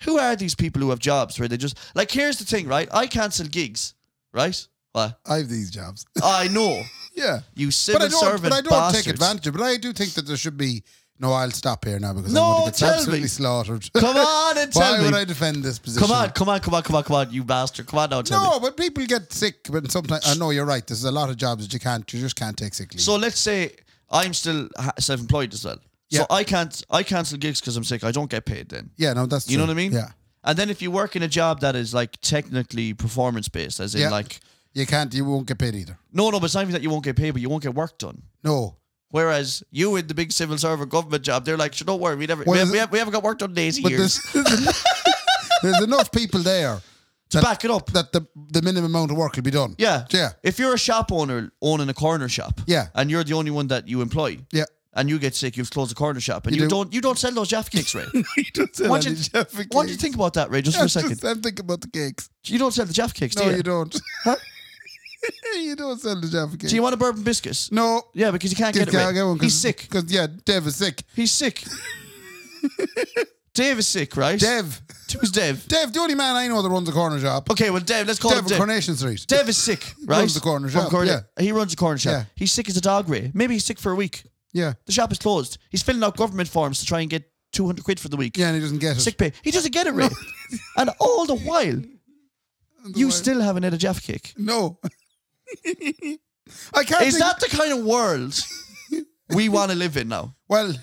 [SPEAKER 2] Who are these people who have jobs where they just like? Here's the thing, right? I cancel gigs, right? What?
[SPEAKER 1] I have these jobs.
[SPEAKER 2] I know
[SPEAKER 1] yeah.
[SPEAKER 2] you
[SPEAKER 1] But I
[SPEAKER 2] civil
[SPEAKER 1] don't,
[SPEAKER 2] servant
[SPEAKER 1] but I don't
[SPEAKER 2] bastards.
[SPEAKER 1] take advantage of it. But I do think that there should be. No, I'll stop here now because
[SPEAKER 2] No,
[SPEAKER 1] I'm going to get
[SPEAKER 2] tell me.
[SPEAKER 1] absolutely slaughtered.
[SPEAKER 2] Come on and
[SPEAKER 1] Why
[SPEAKER 2] tell me.
[SPEAKER 1] would I defend this position?
[SPEAKER 2] come on, come on, come on, come on, come on, you bastard! Come on now, tell me.
[SPEAKER 1] No, but people get sick. But sometimes I know you're right. There's a lot of jobs that you can't. You just can't take sick leave.
[SPEAKER 2] So let's say I'm still ha- self-employed as well.
[SPEAKER 1] Yeah.
[SPEAKER 2] So I can't I cancel gigs because I'm sick. I don't get paid then.
[SPEAKER 1] yeah, no, that's
[SPEAKER 2] You know
[SPEAKER 1] true.
[SPEAKER 2] what I mean?
[SPEAKER 1] Yeah,
[SPEAKER 2] And then if you work in a job that is like technically performance based, as in
[SPEAKER 1] Yeah.
[SPEAKER 2] like
[SPEAKER 1] you can't. You won't get paid either.
[SPEAKER 2] No, no, but it's not even that you won't get paid, but you won't get work done.
[SPEAKER 1] No,
[SPEAKER 2] Whereas you in the big civil servant government job, they're like, "Sure, don't worry, we never,
[SPEAKER 1] Well,
[SPEAKER 2] we,
[SPEAKER 1] is
[SPEAKER 2] have,
[SPEAKER 1] it-
[SPEAKER 2] we, have, we haven't got work done days
[SPEAKER 1] but
[SPEAKER 2] years.
[SPEAKER 1] there's, there's enough people there
[SPEAKER 2] To back it up,
[SPEAKER 1] that the the minimum amount of work will be done.
[SPEAKER 2] yeah,
[SPEAKER 1] yeah,
[SPEAKER 2] If you're a shop owner owning a corner shop,
[SPEAKER 1] Yeah.
[SPEAKER 2] and you're the only one that you employ,
[SPEAKER 1] yeah.
[SPEAKER 2] and you get sick, you've closed the corner shop, and
[SPEAKER 1] You
[SPEAKER 2] you,
[SPEAKER 1] do.
[SPEAKER 2] do. not you don't sell those Jaffa cakes, Ray. Why do you, why do you think about that, Ray? Just for a second,
[SPEAKER 1] I'm thinking about the cakes.
[SPEAKER 2] you don't sell the Jaffa cakes,
[SPEAKER 1] No,
[SPEAKER 2] do
[SPEAKER 1] you,
[SPEAKER 2] you?
[SPEAKER 1] don't. you don't sell the Jaffa cakes.
[SPEAKER 2] Do you want a bourbon biscuit?
[SPEAKER 1] no.
[SPEAKER 2] Yeah, because you can't
[SPEAKER 1] Just
[SPEAKER 2] get it.
[SPEAKER 1] can't
[SPEAKER 2] Ray.
[SPEAKER 1] get one 'cause-
[SPEAKER 2] He's sick.
[SPEAKER 1] Cause yeah, Dev is sick.
[SPEAKER 2] He's sick. Dave is sick, right?
[SPEAKER 1] Dev,
[SPEAKER 2] Who's Dev?
[SPEAKER 1] Dev, the only man I know that runs a corner shop.
[SPEAKER 2] Okay, well, Dev, let's call
[SPEAKER 1] Dev
[SPEAKER 2] him
[SPEAKER 1] on
[SPEAKER 2] Dev.
[SPEAKER 1] Coronation Street.
[SPEAKER 2] Dev is sick, right?
[SPEAKER 1] Runs the corner
[SPEAKER 2] From
[SPEAKER 1] shop,
[SPEAKER 2] Corn-
[SPEAKER 1] yeah.
[SPEAKER 2] He runs the corner shop.
[SPEAKER 1] Yeah.
[SPEAKER 2] He's sick as a dog, Ray. Maybe he's sick for a week.
[SPEAKER 1] Yeah,
[SPEAKER 2] The shop is closed. He's filling out government forms to try and get 200 quid for the week.
[SPEAKER 1] yeah, and he doesn't get it.
[SPEAKER 2] Sick pay. He doesn't get it, Ray. and all the while, you still haven't had a Jaffa cake.
[SPEAKER 1] No. I can't.
[SPEAKER 2] Is
[SPEAKER 1] think-
[SPEAKER 2] that the kind of world we want to live in now?
[SPEAKER 1] well?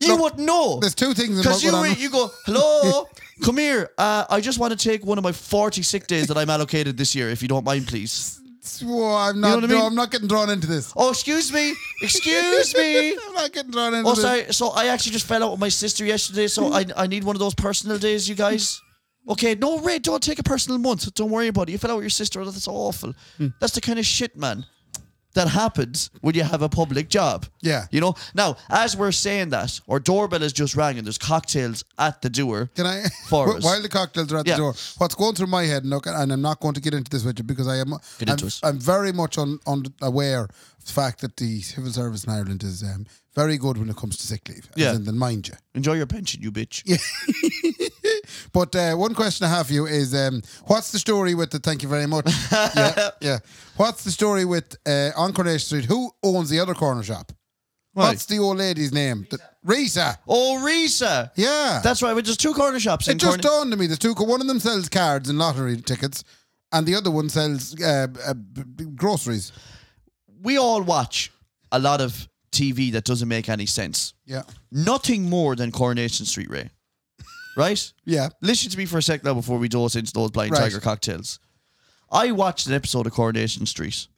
[SPEAKER 2] You
[SPEAKER 1] Look,
[SPEAKER 2] would know.
[SPEAKER 1] There's two things.
[SPEAKER 2] Because
[SPEAKER 1] in
[SPEAKER 2] you,
[SPEAKER 1] what- what
[SPEAKER 2] re-
[SPEAKER 1] I'm-
[SPEAKER 2] you go, hello, come here. Uh, I just want to take one of my 40 sick days that I'm allocated this year, if you don't mind, please.
[SPEAKER 1] Whoa, I'm not.
[SPEAKER 2] know what I
[SPEAKER 1] no,
[SPEAKER 2] mean?
[SPEAKER 1] I'm not getting drawn into this.
[SPEAKER 2] Oh, excuse me. Excuse me.
[SPEAKER 1] I'm not getting drawn into
[SPEAKER 2] Oh,
[SPEAKER 1] this.
[SPEAKER 2] sorry. So I actually just fell out with my sister yesterday. So
[SPEAKER 1] Hmm.
[SPEAKER 2] I, I need one of those personal days, you guys. Okay, no, Ray, don't take a personal month. Don't worry about it. You fell out with your sister. That's awful.
[SPEAKER 1] Hmm.
[SPEAKER 2] That's the kind of shit, man, that happens when you have a public job.
[SPEAKER 1] Yeah.
[SPEAKER 2] You know? Now, as we're saying that, our doorbell has just rang and there's cocktails at the door.
[SPEAKER 1] Can I?
[SPEAKER 2] For
[SPEAKER 1] Wh-
[SPEAKER 2] us.
[SPEAKER 1] While the cocktails are at
[SPEAKER 2] Yeah.
[SPEAKER 1] the door, what's going through my head, and, look, and I'm not going to get into this with you because I am
[SPEAKER 2] Get
[SPEAKER 1] I'm,
[SPEAKER 2] into it.
[SPEAKER 1] I'm very much un, unaware the fact that the civil service in Ireland is um, very good when it comes to sick leave. as
[SPEAKER 2] Yeah.
[SPEAKER 1] in they'll mind you.
[SPEAKER 2] Enjoy your pension, you bitch.
[SPEAKER 1] But uh, one question I have for you is, um, what's the story with the? Thank you very much. yeah, yeah. What's the story with uh, on Coronation Street? Who owns the other corner shop?
[SPEAKER 2] Right.
[SPEAKER 1] What's the old lady's name? The- Rita.
[SPEAKER 2] Oh, Risa.
[SPEAKER 1] Yeah.
[SPEAKER 2] That's right. We're just two corner shops. in
[SPEAKER 1] it just
[SPEAKER 2] Corn-
[SPEAKER 1] dawned on me. The two, co- one of them sells cards and lottery tickets, and the other one sells uh, uh, b- b- groceries.
[SPEAKER 2] we all watch a lot of TV that doesn't make any sense.
[SPEAKER 1] Yeah,
[SPEAKER 2] Nothing more than Coronation Street, Ray. Right?
[SPEAKER 1] yeah.
[SPEAKER 2] Listen to me for a sec now before we dose into those blind
[SPEAKER 1] Right.
[SPEAKER 2] tiger cocktails. I watched an episode of Coronation Street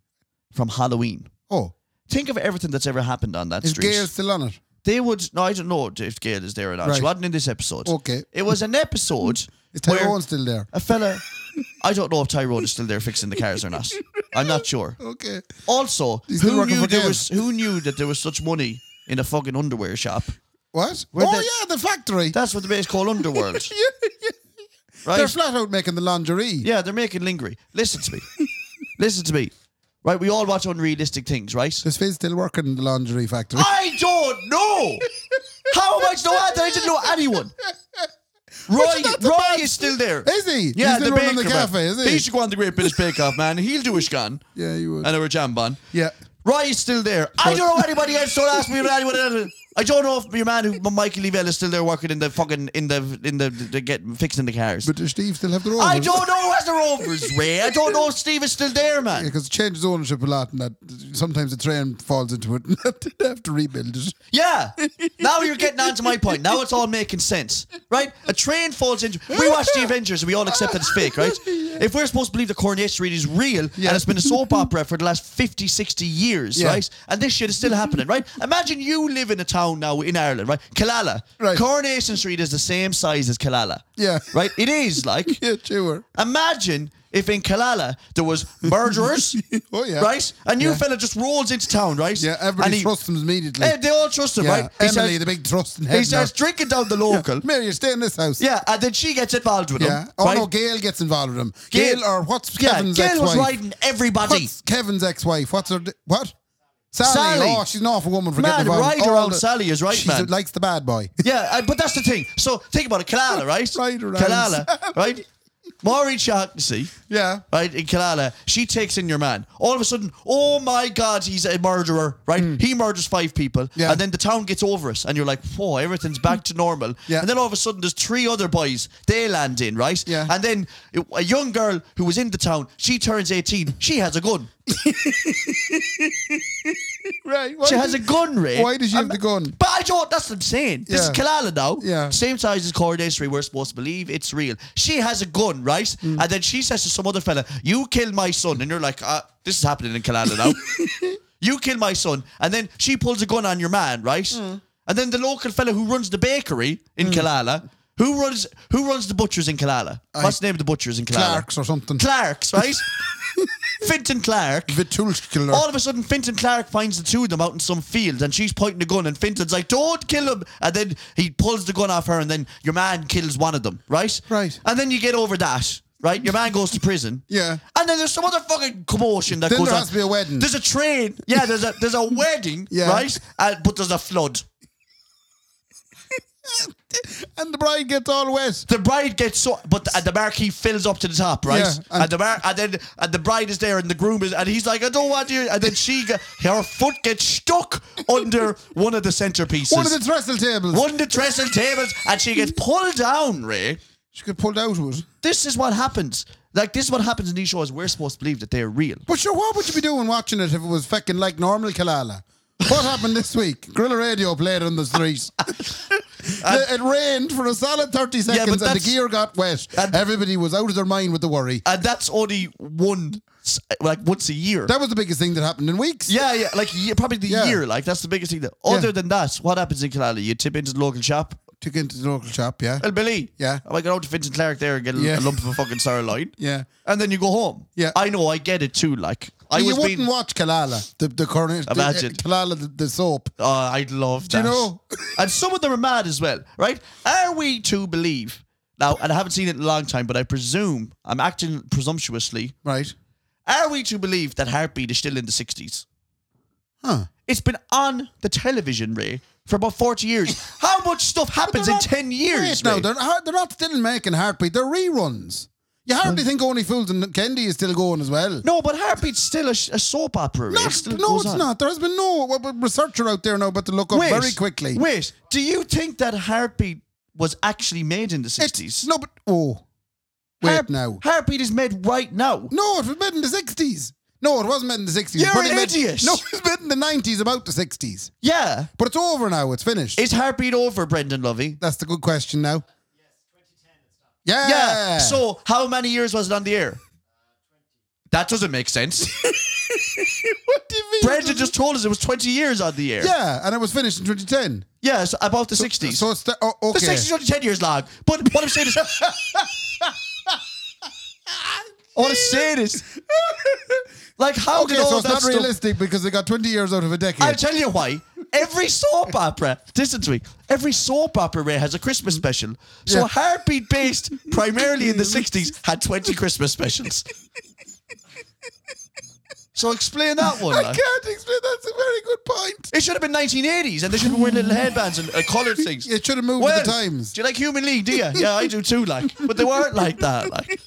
[SPEAKER 2] from Halloween.
[SPEAKER 1] Oh,
[SPEAKER 2] Think of everything that's ever happened on that
[SPEAKER 1] is
[SPEAKER 2] street.
[SPEAKER 1] Gail still on it?
[SPEAKER 2] They would. No, I don't know if Gail is there or not. She
[SPEAKER 1] Right.
[SPEAKER 2] wasn't in this episode.
[SPEAKER 1] Okay.
[SPEAKER 2] It was an episode.
[SPEAKER 1] Is
[SPEAKER 2] where
[SPEAKER 1] Tyrone still there?
[SPEAKER 2] A fella. I don't know if Tyrone is still there fixing the cars or not. I'm not sure.
[SPEAKER 1] Okay.
[SPEAKER 2] Also,
[SPEAKER 1] He's still
[SPEAKER 2] who
[SPEAKER 1] working
[SPEAKER 2] knew
[SPEAKER 1] for
[SPEAKER 2] there
[SPEAKER 1] Gail.
[SPEAKER 2] was who knew that there was such money in a fucking underwear shop?
[SPEAKER 1] What?
[SPEAKER 2] Where
[SPEAKER 1] oh
[SPEAKER 2] the-
[SPEAKER 1] yeah, the factory.
[SPEAKER 2] That's what the base call Underworld. Right?
[SPEAKER 1] They're flat out making the lingerie.
[SPEAKER 2] Yeah, they're making lingerie. Listen to me. Listen to me. Right, we all watch unrealistic things, right?
[SPEAKER 1] Does Fizz still working in the lingerie factory?
[SPEAKER 2] I don't know. How am I to know that? I didn't know anyone. Roy, Roy is still there.
[SPEAKER 1] Is he?
[SPEAKER 2] Yeah,
[SPEAKER 1] He's still
[SPEAKER 2] the
[SPEAKER 1] running
[SPEAKER 2] baker
[SPEAKER 1] the
[SPEAKER 2] man.
[SPEAKER 1] cafe, is he?
[SPEAKER 2] should go on the Great British Bake Off, man. He'll do a scan.
[SPEAKER 1] Yeah, you would.
[SPEAKER 2] And our jam bun.
[SPEAKER 1] Yeah.
[SPEAKER 2] Roy is still there. I don't know anybody else. Don't ask me about anyone else. I don't know if your man, who- Michael Lavelle, is still there working in the fucking in the in the, the get fixing the cars.
[SPEAKER 1] But does Steve still have the role?
[SPEAKER 2] I don't know who has the Rovers, Ray. I don't know if Steve is still there, man.
[SPEAKER 1] Because it changes ownership a lot, and that sometimes the train falls into it, and they have to rebuild it.
[SPEAKER 2] Yeah. Now you're getting on to my point. Now it's all making sense, right? A train falls into. We watch the Avengers and we all accept that it's fake, right? If we're supposed to believe the Coronation Street is real
[SPEAKER 1] Yeah.
[SPEAKER 2] and it's been a soap opera for the last 50, 60 years,
[SPEAKER 1] Yeah.
[SPEAKER 2] right? And this shit is still happening, right? Imagine you live in a town now in Ireland, right? Killala.
[SPEAKER 1] Right.
[SPEAKER 2] Coronation Street is the same size as Killala.
[SPEAKER 1] Yeah.
[SPEAKER 2] Right? It is like.
[SPEAKER 1] Yeah, sure.
[SPEAKER 2] Imagine if in Killala there was murderers,
[SPEAKER 1] Oh, yeah.
[SPEAKER 2] right? A new
[SPEAKER 1] Yeah.
[SPEAKER 2] fella just rolls into town, right?
[SPEAKER 1] Yeah,
[SPEAKER 2] And
[SPEAKER 1] everybody
[SPEAKER 2] he-
[SPEAKER 1] trusts him immediately.
[SPEAKER 2] Hey, they all trust him,
[SPEAKER 1] yeah,
[SPEAKER 2] right? He
[SPEAKER 1] Emily,
[SPEAKER 2] starts,
[SPEAKER 1] the big trust in
[SPEAKER 2] he
[SPEAKER 1] head.
[SPEAKER 2] starts drinking down the local. Yeah,
[SPEAKER 1] Mary, you stay in this house.
[SPEAKER 2] and then she gets involved with
[SPEAKER 1] Yeah.
[SPEAKER 2] him.
[SPEAKER 1] Oh,
[SPEAKER 2] right?
[SPEAKER 1] no, Gail gets involved with him.
[SPEAKER 2] Gail-
[SPEAKER 1] Gail, or what's
[SPEAKER 2] Yeah,
[SPEAKER 1] Kevin's
[SPEAKER 2] Gail
[SPEAKER 1] ex-wife?
[SPEAKER 2] was riding everybody.
[SPEAKER 1] What's Kevin's ex-wife? What's her... What? Sally.
[SPEAKER 2] Sally.
[SPEAKER 1] Oh, she's an awful woman for
[SPEAKER 2] Man,
[SPEAKER 1] getting involved.
[SPEAKER 2] ride
[SPEAKER 1] All
[SPEAKER 2] around
[SPEAKER 1] the-
[SPEAKER 2] Sally is right,
[SPEAKER 1] She
[SPEAKER 2] man.
[SPEAKER 1] likes the bad boy.
[SPEAKER 2] Yeah, I, but that's the thing. So think about it, Kalala, right?
[SPEAKER 1] Right around.
[SPEAKER 2] Kalala, right? Maureen Shaughnessy,
[SPEAKER 1] yeah.
[SPEAKER 2] right, in Kalala, she takes in your man. All of a sudden, oh my God, he's a murderer, right? He murders five people.
[SPEAKER 1] Yeah.
[SPEAKER 2] And then the town gets over us, and you're like, whoa, everything's back to normal.
[SPEAKER 1] Yeah.
[SPEAKER 2] And then all of a sudden, there's three other boys. They land in, right?
[SPEAKER 1] Yeah.
[SPEAKER 2] And then it- a young girl who was in the town, she turns 18. She has a gun.
[SPEAKER 1] Right. Why
[SPEAKER 2] She
[SPEAKER 1] did-
[SPEAKER 2] has a gun, Ray.
[SPEAKER 1] Why does she have the gun?
[SPEAKER 2] But I don't. That's what I'm saying. This is
[SPEAKER 1] Yeah.
[SPEAKER 2] Kalala now.
[SPEAKER 1] Yeah.
[SPEAKER 2] Same size as Coronation. We're supposed to believe it's real. She has a gun, right?
[SPEAKER 1] Mm.
[SPEAKER 2] And then she says to some other fella, "You killed my son," and you're like, uh, "This is happening in Kalala now." you kill my son, and then she pulls a gun on your man, right?
[SPEAKER 1] Mm.
[SPEAKER 2] And then the local fella who runs the bakery in Kalala, who runs who runs the butchers in Kalala? What's the name of the butchers in Kalala?
[SPEAKER 1] Clarks or something.
[SPEAKER 2] Clark's, right? Finton Clark.
[SPEAKER 1] Vitulskiller.
[SPEAKER 2] All of a sudden, Finton Clark finds the two of them out in some field, and she's pointing a gun, and Finton's like, "Don't kill him!" And then he pulls the gun off her, and then your man kills one of them, right?
[SPEAKER 1] Right.
[SPEAKER 2] And then you get over that, right? Your man goes to prison.
[SPEAKER 1] Yeah.
[SPEAKER 2] And then there's some other fucking commotion that
[SPEAKER 1] Then
[SPEAKER 2] goes
[SPEAKER 1] there
[SPEAKER 2] on.
[SPEAKER 1] has to be a wedding.
[SPEAKER 2] There's a train. Yeah. There's a there's a wedding.
[SPEAKER 1] Yeah.
[SPEAKER 2] Right. Uh, but there's a flood.
[SPEAKER 1] and the bride gets all wet.
[SPEAKER 2] The bride gets so, but the, and the marquee fills up to the top, right?
[SPEAKER 1] Yeah,
[SPEAKER 2] and,
[SPEAKER 1] and-
[SPEAKER 2] the mar- and then and the bride is there, and the groom is, and he's like, "I don't want you." And then she, got, her foot gets stuck under one of the centerpieces,
[SPEAKER 1] One of the trestle tables.
[SPEAKER 2] one of the dressing tables, and she gets pulled down. Ray,
[SPEAKER 1] She got pulled out of it.
[SPEAKER 2] this is what happens. Like this is what happens in these shows. We're supposed to believe that they're real.
[SPEAKER 1] But sure, what would you be doing watching it if it was fucking like normal Kalala? What happened this week? Gorilla Radio played on the streets. it rained for a solid 30 seconds and the
[SPEAKER 2] that's- Uh,
[SPEAKER 1] gear got wet.
[SPEAKER 2] and-
[SPEAKER 1] Everybody was out of their mind with the worry.
[SPEAKER 2] And that's only one, s- like once a year.
[SPEAKER 1] That was the biggest thing that happened in weeks.
[SPEAKER 2] Yeah, yeah, like ye- probably the
[SPEAKER 1] Yeah.
[SPEAKER 2] year. Like that's the biggest thing. That, other
[SPEAKER 1] Yeah.
[SPEAKER 2] than that, what happens in Kalala? You tip into the local shop.
[SPEAKER 1] Took into the local shop, yeah.
[SPEAKER 2] Well, Billy.
[SPEAKER 1] Yeah.
[SPEAKER 2] I might go out to Vincent Clark there and get a,
[SPEAKER 1] Yeah.
[SPEAKER 2] a lump of a fucking sour line.
[SPEAKER 1] Yeah.
[SPEAKER 2] And then you go home.
[SPEAKER 1] Yeah.
[SPEAKER 2] I know, I get it too. Like, I
[SPEAKER 1] you
[SPEAKER 2] was
[SPEAKER 1] wouldn't
[SPEAKER 2] being.
[SPEAKER 1] watch Kalala, the, the coronation.
[SPEAKER 2] Imagine.
[SPEAKER 1] The, Kalala, the, the soap.
[SPEAKER 2] oh, I'd love
[SPEAKER 1] Do
[SPEAKER 2] that.
[SPEAKER 1] you know?
[SPEAKER 2] and some of them are mad as well, right? Are we to believe. Now, and I haven't seen it in a long time, but I presume, I'm acting presumptuously.
[SPEAKER 1] Right.
[SPEAKER 2] Are we to believe that Heartbeat is still in the 60s? It's been on the television, Ray, for about 40 years. How much stuff happens in 10 years?
[SPEAKER 1] No,
[SPEAKER 2] Ray?
[SPEAKER 1] they're, ha- they're not still making Heartbeat. They're reruns. You hardly think Only Fools and Candy is still going as well.
[SPEAKER 2] No, but Heartbeat's still a, sh- a soap opera. Ray.
[SPEAKER 1] Not-
[SPEAKER 2] It still
[SPEAKER 1] no,
[SPEAKER 2] goes
[SPEAKER 1] it's
[SPEAKER 2] on.
[SPEAKER 1] not. There has been no well, but researcher out there now but to look up very quickly.
[SPEAKER 2] Wait, do you think that Heartbeat was actually made in the 60s?
[SPEAKER 1] It's, no, but. Oh. Wait
[SPEAKER 2] Heart-
[SPEAKER 1] now.
[SPEAKER 2] Heartbeat is made right now.
[SPEAKER 1] No, it was made in the 60s. No, it wasn't made in the 60s.
[SPEAKER 2] You're
[SPEAKER 1] Probably
[SPEAKER 2] an
[SPEAKER 1] made-
[SPEAKER 2] idiot.
[SPEAKER 1] No, it was made in the 90s, about the 60s.
[SPEAKER 2] Yeah.
[SPEAKER 1] But it's over now. It's finished.
[SPEAKER 2] Is Heartbeat over, Brendan Lovey?
[SPEAKER 1] That's the good question now. Yeah.
[SPEAKER 2] Yeah. So, how many years was it on the air? That doesn't make sense.
[SPEAKER 1] what do you mean?
[SPEAKER 2] Brendan just told us it was 20 years on the air.
[SPEAKER 1] Yeah, and it was finished in 2010.
[SPEAKER 2] Yes, about the 60s.
[SPEAKER 1] So it's the, oh, okay.
[SPEAKER 2] The 60s are only 10 years long. But what I'm saying is. I want to say this. Like, how
[SPEAKER 1] okay,
[SPEAKER 2] did all
[SPEAKER 1] so it's
[SPEAKER 2] that
[SPEAKER 1] not
[SPEAKER 2] stuff-
[SPEAKER 1] realistic because they got 20 years out of a decade.
[SPEAKER 2] I'll tell you why. Every soap opera, listen to me, every soap opera Ray, has a Christmas special. So
[SPEAKER 1] Yeah.
[SPEAKER 2] Heartbeat based primarily in the 60s had 20 Christmas specials. So explain that one.
[SPEAKER 1] I
[SPEAKER 2] lad.
[SPEAKER 1] can't explain. That's a very good point.
[SPEAKER 2] It should have been 1980s, and they should have been wearing little headbands and uh, coloured things.
[SPEAKER 1] It should have moved with the times.
[SPEAKER 2] Do you like Human League? Do you? Yeah, I do too. Like, but they weren't like that. Like,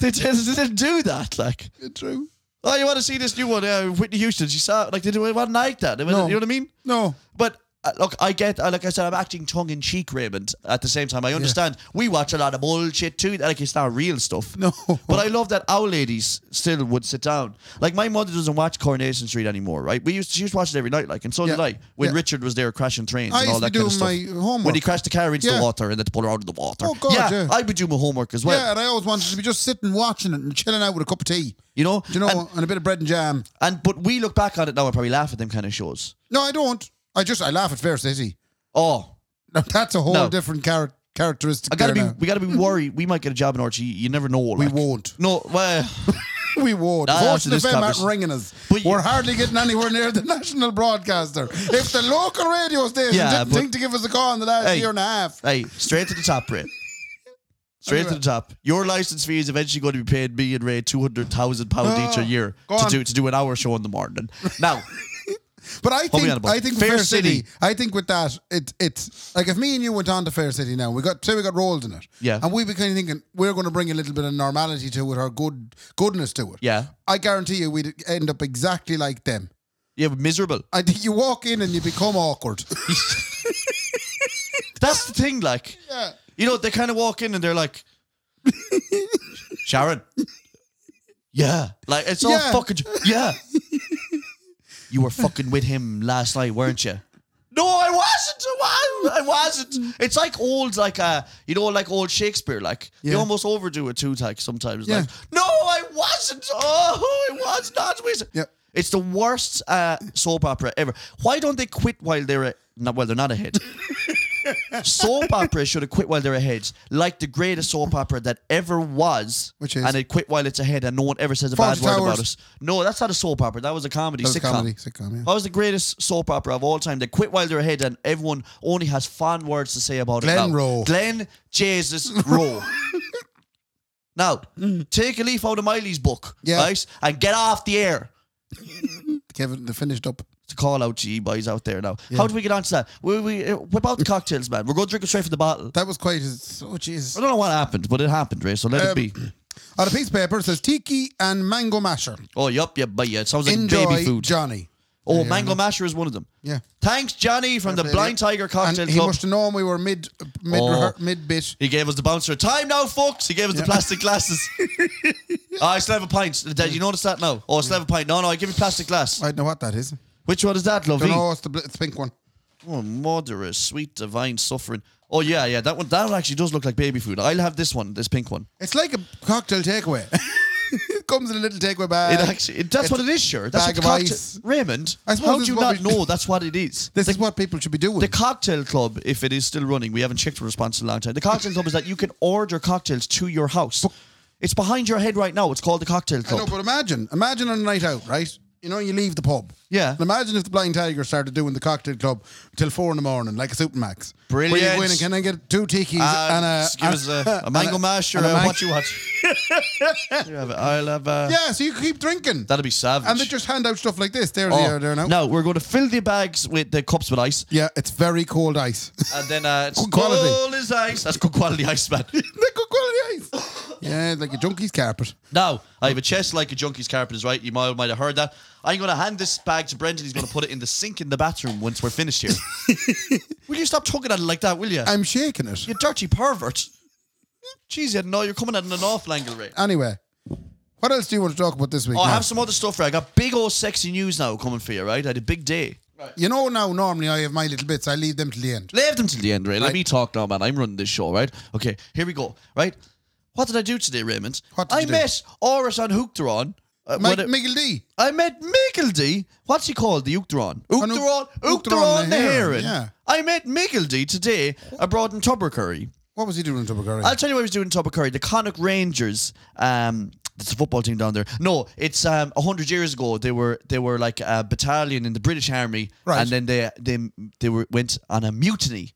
[SPEAKER 2] they, didn't- they didn't do that. Like,
[SPEAKER 1] True.
[SPEAKER 2] oh, you want to see this new one? Uh, Whitney Houston. She saw like they weren't like that. They were-
[SPEAKER 1] No.
[SPEAKER 2] You know what I mean?
[SPEAKER 1] No.
[SPEAKER 2] But uh, look, I get, uh, like I said, I'm acting tongue in cheek, Raymond. At the same time, I understand we watch a lot of bullshit too. Like it's not real stuff.
[SPEAKER 1] No.
[SPEAKER 2] But I love that our ladies still would sit down. Like my mother doesn't watch Coronation Street anymore, right? We used she used to watch it every night, like, and so
[SPEAKER 1] Yeah.
[SPEAKER 2] did I. When
[SPEAKER 1] Yeah.
[SPEAKER 2] Richard was there crashing trains
[SPEAKER 1] I
[SPEAKER 2] and all
[SPEAKER 1] used to
[SPEAKER 2] that kind of
[SPEAKER 1] do
[SPEAKER 2] stuff.
[SPEAKER 1] my homework.
[SPEAKER 2] When he crashed the car into
[SPEAKER 1] Yeah.
[SPEAKER 2] the water and then pulled her out of the water.
[SPEAKER 1] Oh, God, yeah.
[SPEAKER 2] I would do my homework as well.
[SPEAKER 1] yeah, and I always wanted to be just sitting watching it and chilling out with a cup of tea.
[SPEAKER 2] You know?
[SPEAKER 1] Do you know,
[SPEAKER 2] And-
[SPEAKER 1] and, a bit of bread and jam.
[SPEAKER 2] And but we look back on it now and probably laugh at them kind of shows.
[SPEAKER 1] No, I don't. I just I laugh at Fair City.
[SPEAKER 2] Oh,
[SPEAKER 1] Now, that's a whole
[SPEAKER 2] No.
[SPEAKER 1] different char- characteristic.
[SPEAKER 2] I gotta
[SPEAKER 1] there
[SPEAKER 2] be.
[SPEAKER 1] now.
[SPEAKER 2] We gotta be worried. We might get a job in Archie. You never know.
[SPEAKER 1] We
[SPEAKER 2] Like.
[SPEAKER 1] won't.
[SPEAKER 2] No, well,
[SPEAKER 1] We won't.
[SPEAKER 2] Nah, after
[SPEAKER 1] Votes in the
[SPEAKER 2] this
[SPEAKER 1] FM aren't
[SPEAKER 2] conversation.
[SPEAKER 1] ringing us.
[SPEAKER 2] But you-
[SPEAKER 1] We're hardly getting anywhere near the national broadcaster. If the local radio station
[SPEAKER 2] Yeah,
[SPEAKER 1] didn't
[SPEAKER 2] but-
[SPEAKER 1] think to give us a call in the last
[SPEAKER 2] Hey.
[SPEAKER 1] year and a half,
[SPEAKER 2] hey, straight to the top, Ray. Straight to the top. Your license fee is eventually going to be paid me and Ray two hundred thousand pound
[SPEAKER 1] Ah,
[SPEAKER 2] each a year
[SPEAKER 1] Go
[SPEAKER 2] to
[SPEAKER 1] on.
[SPEAKER 2] do to do an hour show in the morning. Now,
[SPEAKER 1] But I
[SPEAKER 2] Hold me on
[SPEAKER 1] think
[SPEAKER 2] about
[SPEAKER 1] I
[SPEAKER 2] it.
[SPEAKER 1] think
[SPEAKER 2] Fair
[SPEAKER 1] Fair City,
[SPEAKER 2] City.
[SPEAKER 1] I think with that, it it's like if me and you went on to Fair City now, we got say we got rolled in it.
[SPEAKER 2] Yeah.
[SPEAKER 1] And we were kind of thinking we're going to bring a little bit of normality to it or good goodness to it.
[SPEAKER 2] Yeah.
[SPEAKER 1] I guarantee you we'd end up exactly like them.
[SPEAKER 2] yeah, but miserable.
[SPEAKER 1] I think you walk in and you become awkward.
[SPEAKER 2] That's the thing. Like,
[SPEAKER 1] yeah.
[SPEAKER 2] you know, they kind of walk in and they're like, Sharon. Yeah, like it's all
[SPEAKER 1] Yeah.
[SPEAKER 2] fucking. Yeah, you were fucking with him last night, weren't you? No, I wasn't. I wa- I wasn't. It's like old, like uh, you know, like old Shakespeare. Like
[SPEAKER 1] Yeah.
[SPEAKER 2] they almost overdo it too, like sometimes. Like,
[SPEAKER 1] Yeah.
[SPEAKER 2] no, I wasn't. Oh, I was not. with-"
[SPEAKER 1] Yep.
[SPEAKER 2] It's the worst uh, soap opera ever. Why don't they quit while they're a, not, well? They're not ahead. soap operas should have quit while they're ahead. Like the greatest soap opera that ever was,
[SPEAKER 1] Which is?
[SPEAKER 2] and it quit while it's ahead, and no one ever says a
[SPEAKER 1] Fawlty
[SPEAKER 2] bad word about
[SPEAKER 1] Towers.
[SPEAKER 2] us. No, that's not a soap opera. That was a comedy
[SPEAKER 1] That was
[SPEAKER 2] sitcom.
[SPEAKER 1] comedy, sitcom, yeah.
[SPEAKER 2] That was the greatest soap opera of all time. They quit while they're ahead, and everyone only has fond words to say about it.
[SPEAKER 1] Glen
[SPEAKER 2] now.
[SPEAKER 1] Rowe.
[SPEAKER 2] Glen Jesus Rowe. now, take a leaf out of Miley's book,
[SPEAKER 1] Yeah.
[SPEAKER 2] right, and get off the air.
[SPEAKER 1] Kevin, they finished up.
[SPEAKER 2] To call out to you boys out there now. How do we get onto that? We, we uh, whip out the cocktails, man. We're going to drink it straight from the bottle.
[SPEAKER 1] That was quite as oh jeez.
[SPEAKER 2] I don't know what happened, but it happened, Ray. So let
[SPEAKER 1] Um,
[SPEAKER 2] it be.
[SPEAKER 1] On a piece of paper it says Tiki and Mango Masher.
[SPEAKER 2] Oh, yup, yup, but yeah, it sounds like
[SPEAKER 1] Enjoy
[SPEAKER 2] baby food.
[SPEAKER 1] Johnny.
[SPEAKER 2] oh, Mango Masher is one of them.
[SPEAKER 1] Yeah.
[SPEAKER 2] Thanks, Johnny, from the
[SPEAKER 1] Yeah.
[SPEAKER 2] Blind Tiger Cocktail
[SPEAKER 1] and he
[SPEAKER 2] Club.
[SPEAKER 1] must have known we were mid mid
[SPEAKER 2] Oh.
[SPEAKER 1] mid bit.
[SPEAKER 2] He gave us the bouncer. Time now, folks. He gave us the plastic glasses. oh, I still have a pint. Did you notice that now? Oh, I still have a pint. No, no, I give you plastic glass.
[SPEAKER 1] I don't know what that is.
[SPEAKER 2] Which one is that,
[SPEAKER 1] Don't
[SPEAKER 2] lovey?
[SPEAKER 1] know. It's the bl- it's the pink one.
[SPEAKER 2] Oh, moderate, sweet, divine suffering. Oh, yeah, yeah. That one That one actually does look like baby food. I'll have this one, this pink one.
[SPEAKER 1] It's like a cocktail takeaway. it comes in a little takeaway bag.
[SPEAKER 2] It actually, it, that's
[SPEAKER 1] Uh, it's
[SPEAKER 2] what it is, sure. That's what
[SPEAKER 1] bag
[SPEAKER 2] the
[SPEAKER 1] of
[SPEAKER 2] cocktail-
[SPEAKER 1] ice.
[SPEAKER 2] Raymond,
[SPEAKER 1] I suppose
[SPEAKER 2] how
[SPEAKER 1] this
[SPEAKER 2] do you
[SPEAKER 1] is what
[SPEAKER 2] not
[SPEAKER 1] we-
[SPEAKER 2] know that's what it is?
[SPEAKER 1] this is what people should be doing.
[SPEAKER 2] The cocktail club, if it is still running, we haven't checked the response in a long time. The cocktail club is that you can order cocktails to your house. It's behind your head right now. It's called the cocktail
[SPEAKER 1] I know,
[SPEAKER 2] club.
[SPEAKER 1] but imagine, imagine on a night out, right? You know, you leave the pub.
[SPEAKER 2] Yeah.
[SPEAKER 1] And imagine if the Blind Tiger started doing the cocktail club till four in the morning, like a Supermax. Where you
[SPEAKER 2] Brilliant.
[SPEAKER 1] go in and can I get two tiki's
[SPEAKER 2] Uh,
[SPEAKER 1] and a.
[SPEAKER 2] just give
[SPEAKER 1] and
[SPEAKER 2] us a, a
[SPEAKER 1] and
[SPEAKER 2] mango mash or
[SPEAKER 1] and
[SPEAKER 2] a
[SPEAKER 1] man-
[SPEAKER 2] what you want. You have it. I'll have a.
[SPEAKER 1] Yeah, so you keep drinking.
[SPEAKER 2] That'd be savage.
[SPEAKER 1] and they just hand out stuff like this. There's
[SPEAKER 2] Oh,
[SPEAKER 1] the there now.
[SPEAKER 2] No, we're going to fill the bags with the cups with ice,
[SPEAKER 1] Yeah, it's very cold ice.
[SPEAKER 2] and then uh, it's
[SPEAKER 1] Good quality.
[SPEAKER 2] cold as ice. That's good quality ice, man.
[SPEAKER 1] They're good quality ice. Yeah, it's like a junkie's carpet.
[SPEAKER 2] now I have a chest like a junkie's carpet is right. You might might have heard that. I'm going to hand this bag to Brendan. He's going to put it in the sink in the bathroom once we're finished here. will you stop talking at it like that? Will you?
[SPEAKER 1] I'm shaking it.
[SPEAKER 2] you dirty pervert. Jeez, you no, you're coming at an awful angle, Ray.
[SPEAKER 1] Anyway, what else do you want to talk about this week?
[SPEAKER 2] Oh, I
[SPEAKER 1] Mark?
[SPEAKER 2] have some other stuff, Ray. I got big old sexy news now coming for you, right? I had a big day.
[SPEAKER 1] You know now, normally I have my little bits. I leave them till the end.
[SPEAKER 2] Leave them till the end, Ray. Let me talk now, man. I'm running this show, right? Okay, here we go, right? What did I do today, Raymond?
[SPEAKER 1] What did
[SPEAKER 2] I
[SPEAKER 1] you do?
[SPEAKER 2] met Oris on Hookteron. Uh,
[SPEAKER 1] Mike
[SPEAKER 2] when it-
[SPEAKER 1] Miguel D.
[SPEAKER 2] I met Miggledy. What's he called? The Uachtaran. Uachtaran,
[SPEAKER 1] Uachtaran
[SPEAKER 2] Uachtaran
[SPEAKER 1] the
[SPEAKER 2] the Heron.
[SPEAKER 1] Heron, yeah.
[SPEAKER 2] I met Miggledy today abroad in Tubbercurry.
[SPEAKER 1] What was he doing in Tubbercurry?
[SPEAKER 2] I'll tell you what I was doing in Tubbercurry. The Connacht Rangers. Um, it's a football team down there. No, it's um hundred years ago. They were they were like a battalion in the British Army,
[SPEAKER 1] Right.
[SPEAKER 2] and then they they they were, went on a mutiny,